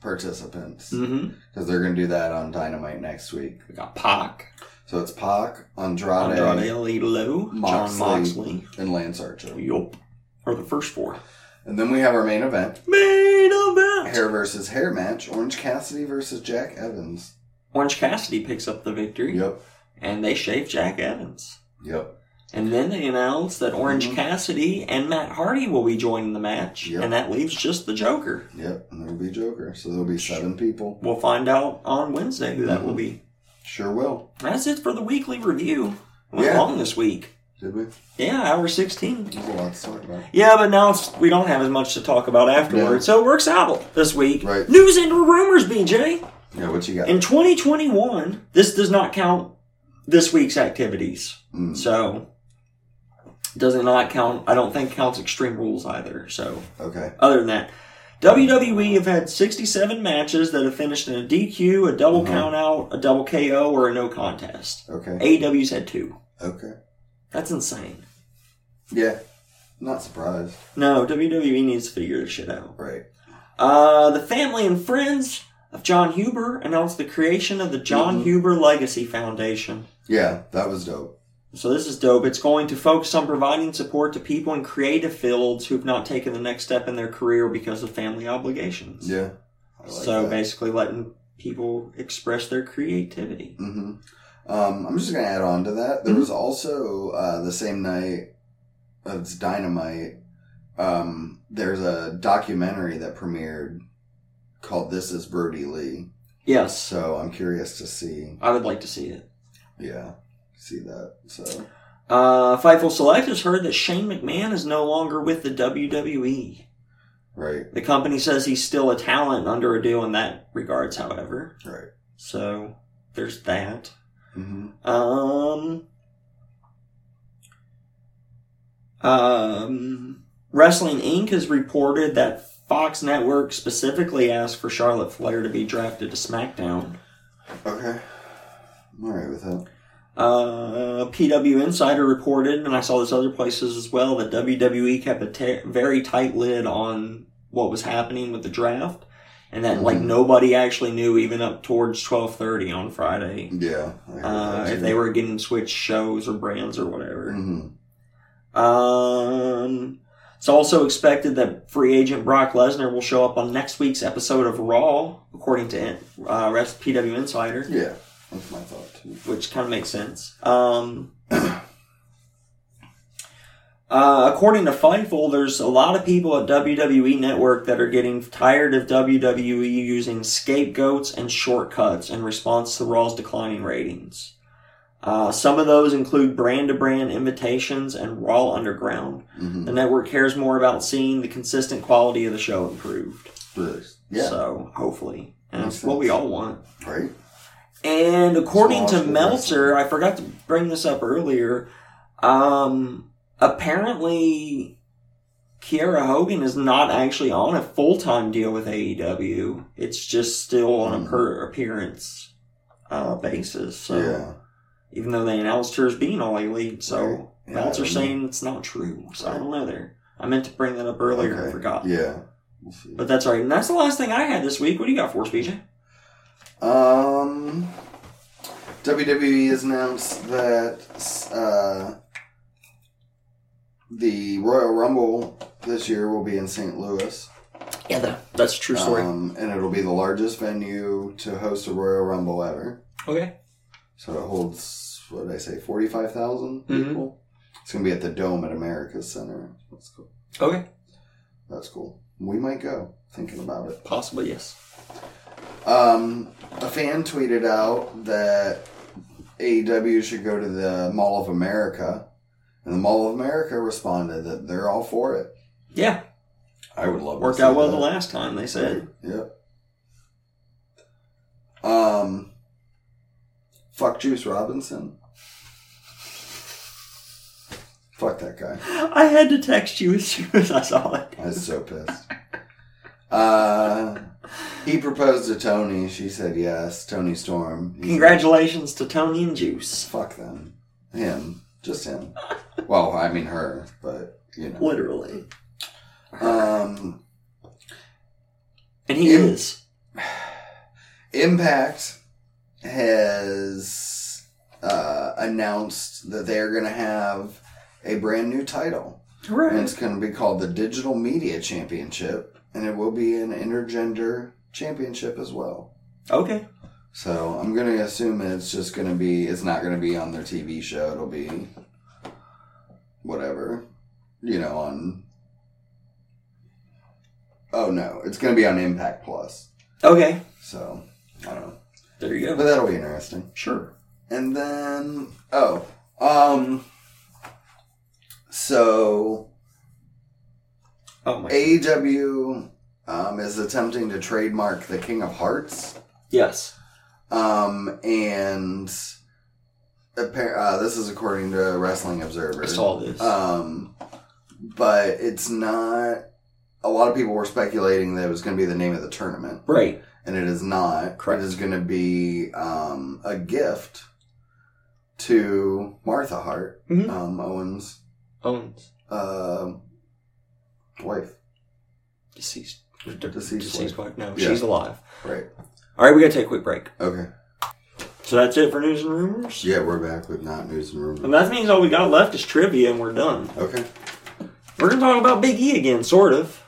participants. Mm-hmm. because they're going to do that on Dynamite next week. We got Pac. So it's Pac, Andrade, Andrade Alito, John Moxley. Moxley. and Lance Archer. Yup. Or the first four. And then we have our main event Main event. hair versus hair match Orange Cassidy versus Jack Evans. Orange Cassidy picks up the victory, Yep. and they shave Jack Evans. Yep. And then they announce that Orange Mhm. Cassidy and Matt Hardy will be joining the match, Yep. and that leaves just the Joker. Yep. And there'll be Joker. So there'll be seven people. We'll find out on Wednesday who that will be. Mm-hmm. Sure will. That's it for the weekly review. It went Yeah. long this week. Did we? Yeah, hour 16. There's a lot to talk about. Yeah, but now it's, we don't have as much to talk about afterwards, so it works out this week. Right. News and rumors, BJ. Yeah, what you got? In 2021, this does not count this week's activities. Mm, So, does it not count? I don't think counts Extreme Rules either. So, okay. other than that, WWE have had 67 matches that have finished in a DQ, a double Mhm. count out, a double KO, or a no contest. Okay. AEW's had two. Okay. That's insane. Yeah. Not surprised. No, WWE needs to figure this shit out. Right. Uh, the family and friends of John Huber announced the creation of the John Mhm. Huber Legacy Foundation. Yeah, that was dope. So this is dope. It's going to focus on providing support to people in creative fields who've not taken the next step in their career because of family obligations. Yeah. I like so that. basically letting people express their creativity. hmm Um, I'm just gonna add on to that. Mm-hmm. There was also uh, the same night of it's Dynamite. Um, there's a documentary that premiered called "This Is Brody Lee." Yes. So I'm curious to see, I would like to see it. yeah, see that. So Uh, Fightful Select has heard that Shane McMahon is no longer with the WWE. right, The company says he's still a talent under a deal in that regards, however. right. So there's that. Mm-hmm. Um, um, Wrestling Inc. has reported that Fox Network specifically asked for Charlotte Flair to be drafted to SmackDown. Okay, I'm all right with that. Uh, PW Insider reported, and I saw this other places as well, that WWE kept a ta- very tight lid on what was happening with the draft, and that like Mhm. nobody actually knew even up towards twelve thirty on Friday. Yeah, I heard uh, that if too. they were getting switched shows or brands or whatever. Mhm. Um, it's also expected that free agent Brock Lesnar will show up on next week's episode of Raw, according to uh, Rest PW Insider, yeah, that's my thought too. which kind of makes sense. Um, uh, according to Fightful, there's a lot of people at WWE Network that are getting tired of WWE using scapegoats and shortcuts in response to Raw's declining ratings. Uh, some of those include brand to brand invitations and Raw Underground. Mm-hmm. The network cares more about seeing the consistent quality of the show improved. Yeah, So, hopefully. And Makes that's what we sense. all want. right. And according to Small Meltzer, I forgot to bring this up earlier. Um, apparently, Kiara Hogan is not actually on a full time deal with AEW. It's just still on a Mhm. per appearance uh, basis. So, yeah, even though they announced her as being all elite, so Right. Yeah, Meltzer I don't saying it's not true. So I don't know there. I meant to bring that up earlier. I Okay. forgot. know. yeah. We'll see. But that's all right. And that's the last thing I had this week. What do you got for us, BJ? Um, WWE has announced that uh, the Royal Rumble this year will be in St. Louis, Yeah, that's a true um, and it'll be the largest venue to host a Royal Rumble ever. okay. So it holds what did I say, forty five thousand Mhm. people. It's gonna be at the Dome at America's Center. That's cool. Okay. That's cool. We might go. Thinking about it. Possibly, yes. Um, a fan tweeted out that AEW should go to the Mall of America, and the Mall of America responded that they're all for it. Yeah. I would love Worked out well the last time, they said. Yep. Um, fuck Juice Robinson. Fuck that guy. I had to text you as soon as I saw it. I was so pissed. Uh, he proposed to Tony. She said yes. Tony Storm. He said- Congratulations to Tony and Juice. Fuck them. Him. Just him. well, I mean her, but you know. Literally. Um And he Yeah. is. Impact has uh uh, announced that they're going to have a brand new title. And Hooray. it's going to be called the Digital Media Championship, and it will be an intergender championship as well. Okay. So I'm going to assume it's just going to be, it's not going to be on their TV show. It'll be whatever, you know, on. Oh no, it's going to be on Impact Plus. Okay. So I don't know. There you But go. that'll be interesting. Sure. And then oh, um so Oh my. AEW um, is attempting to trademark the King of Hearts. Yes. Um and appar- uh, this is according to Wrestling Observer. I saw this. Um but it's not a lot of people were speculating that it was going to be the name of the tournament. right. and it is not. Correct. It is going to be um, a gift to Martha Hart, Mhm. um, Owen's Owns uh, wife. deceased. Deceased wife. No, Yeah. she's alive. Right. All right, we gotta take a quick break. Okay. So that's it for news and rumors. Yeah, we're back with not news and rumors. And that means all we got left is trivia, and we're done. Okay. We're gonna talk about Big E again, sort of.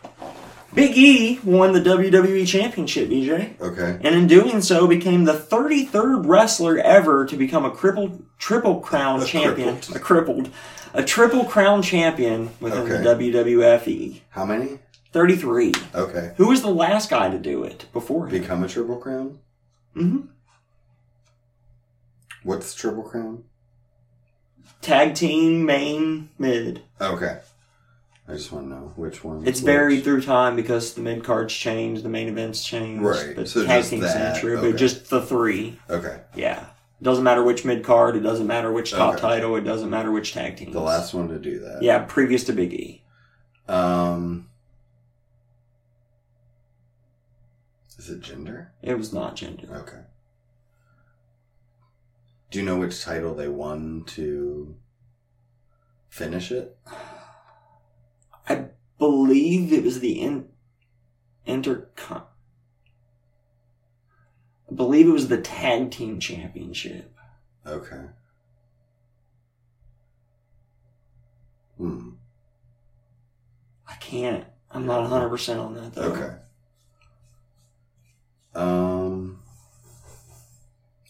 Big E won the WWE Championship, BJ, Okay. and in doing so became the 33rd wrestler ever to become a crippled triple crown A champion, a crippled, a triple crown champion within the WWFE. How many? 33. Okay. E. Who was the last guy to do it before him? Become a triple crown. hmm What's triple crown? Tag team, main, mid. Okay. I just want to know which one. It's which. varied through time because the mid cards change, the main events change, Right, But so tag just teams that, ain't true, okay. but just the three. Okay. Yeah, doesn't matter which mid card. It doesn't matter which top Okay. title. It doesn't matter which tag team. The last one to do that. Yeah, previous to Big E. Um. Is it gender? It was not gender. Okay. Do you know which title they won to finish it? Believe it was the in, intercon. I believe it was the tag team championship. Okay. Hmm. I can't. I'm not 100 percent on that though. Okay. Um.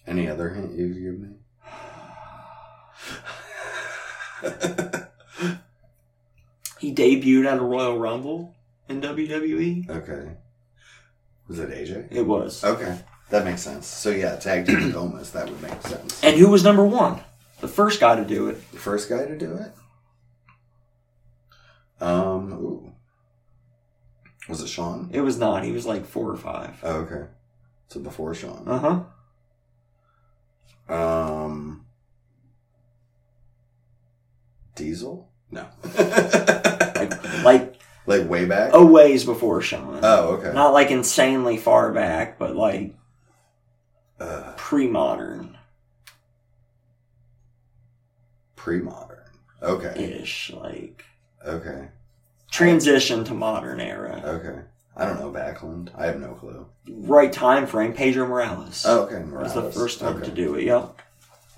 Any other hint you could give me? He debuted at a Royal Rumble in WWE. Okay. Was it AJ? It was. Okay, that makes sense. So yeah, tag team with Omos, that would make sense. And who was number one? The first guy to do it. The first guy to do it. Um, ooh. was it Sean? It was not. He was like four or five. Oh, okay, so before Sean. Uh huh. Um, Diesel? No, Like, like like way back. a ways before Sean. Oh, okay. Not like insanely far back, but like Uh, pre modern pre-modern. Okay, ish. Like okay, transition to modern era. okay. I don't know Backlund. I have no clue. Right time frame, Pedro Morales. Oh, okay, was Morales. the first one okay. to do it. Yep.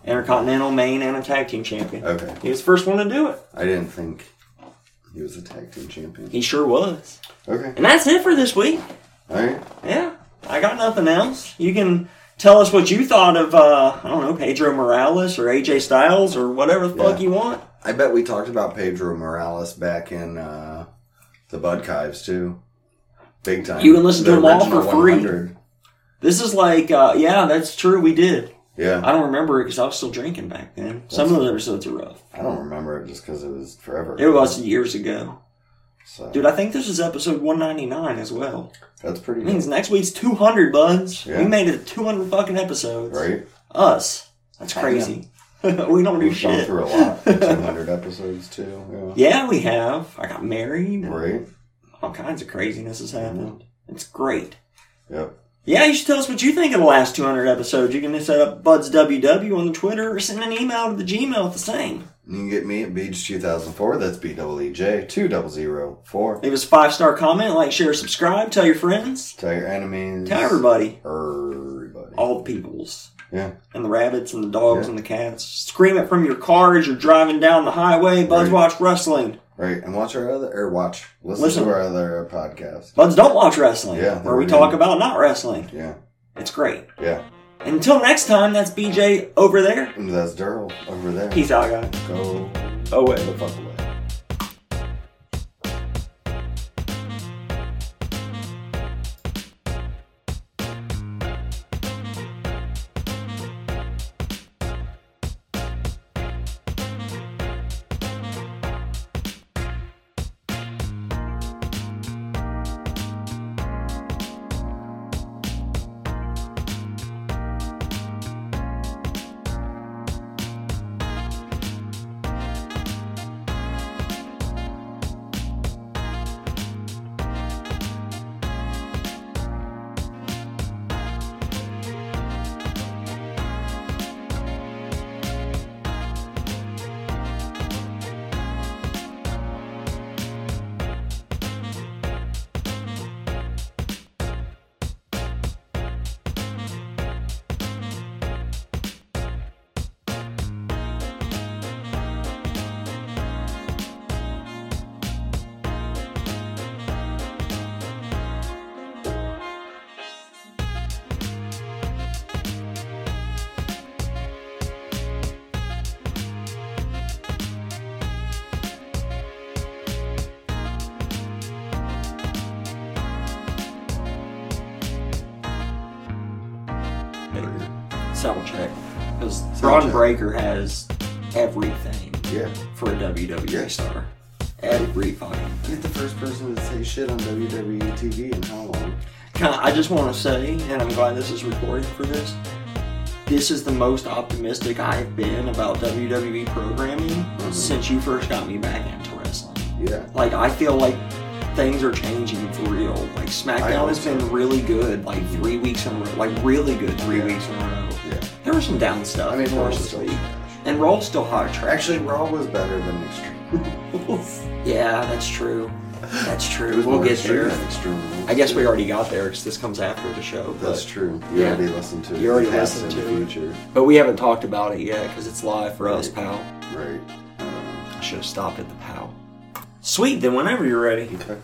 Intercontinental main and a tag team champion. Okay, He was the first one to do it. I didn't think he was a tag team champion. He sure was. Okay, And that's it for this week. all right. Yeah, I got nothing else. You can tell us what you thought of, uh, I don't know, Pedro Morales or AJ Styles or whatever the fuck Yeah. you want. I bet we talked about Pedro Morales back in uh, the Bud Kives too. Big time. You can listen to The them all for original free. 100. This is like, uh, yeah, that's true, we did. Yeah, I don't remember it because I was still drinking back then. Some of those episodes are rough. I don't remember it just because it was forever. It was years ago. So Dude, I think this is episode 199 as well. that's pretty It good, means next week's 200, buds. Yeah. We made it 200 fucking episodes. right? Us. That's I crazy. we don't do We've gone shit. through a lot. Two hundred episodes too. Yeah. Yeah, we have. I got married. Right. All kinds of craziness has happened. It's great. Yep. Yeah, you should tell us what you think of the last 200 episodes. You can set up BudsWW on the Twitter or send an email to the Gmail at the same. You can get me at Beach 2004. That's B double E J two double zero four. Leave us a five star comment, like, share, subscribe, tell your friends, Tell your enemies. tell everybody, Oh. Everybody. all the peoples. Yeah. And the rabbits and the dogs Yeah. and the cats. Scream it from your car as you're driving down the highway. Buds Right. watch wrestling. Right, and watch our other or watch listen, Listen. to our other podcast. Buds don't watch wrestling. Yeah, Where we they're talk mean. about not wrestling. Yeah, It's great. yeah. Until next time, that's BJ over there. And that's Daryl over there. Peace out, guys. Go Oh, wait. the fuck away. Sound check. Because Sound Braun check. Breaker has everything Yeah. for a WWE Yeah. star. Every fucking. You're the first person to say shit on E WWE TV in how long? Can I I just want to say, and I'm glad this is recorded for this. This is the most optimistic I've been about WWE programming since you first got me back into wrestling. Yeah. Like I feel like things are changing for real. Like I SmackDown hope has so. been really good, like three weeks in a row, like really good three Yeah. weeks in a row. Yeah. There was some down stuff, I mean, of Raw course, was this still week. trash. And Raw's still hot trash. Actually, Raw was better than Extreme. yeah, that's true. That's It true. was We'll more get Extreme there. than Extreme rules. I guess we already got there because this comes after the show. But, That's true. You Yeah. already listened to it. You already The past listened and to the it. future. but we haven't talked about it yet because it's live for us, Right. pal. Right. Um, I should have stopped at the pal. Sweet, then whenever you're ready. Okay.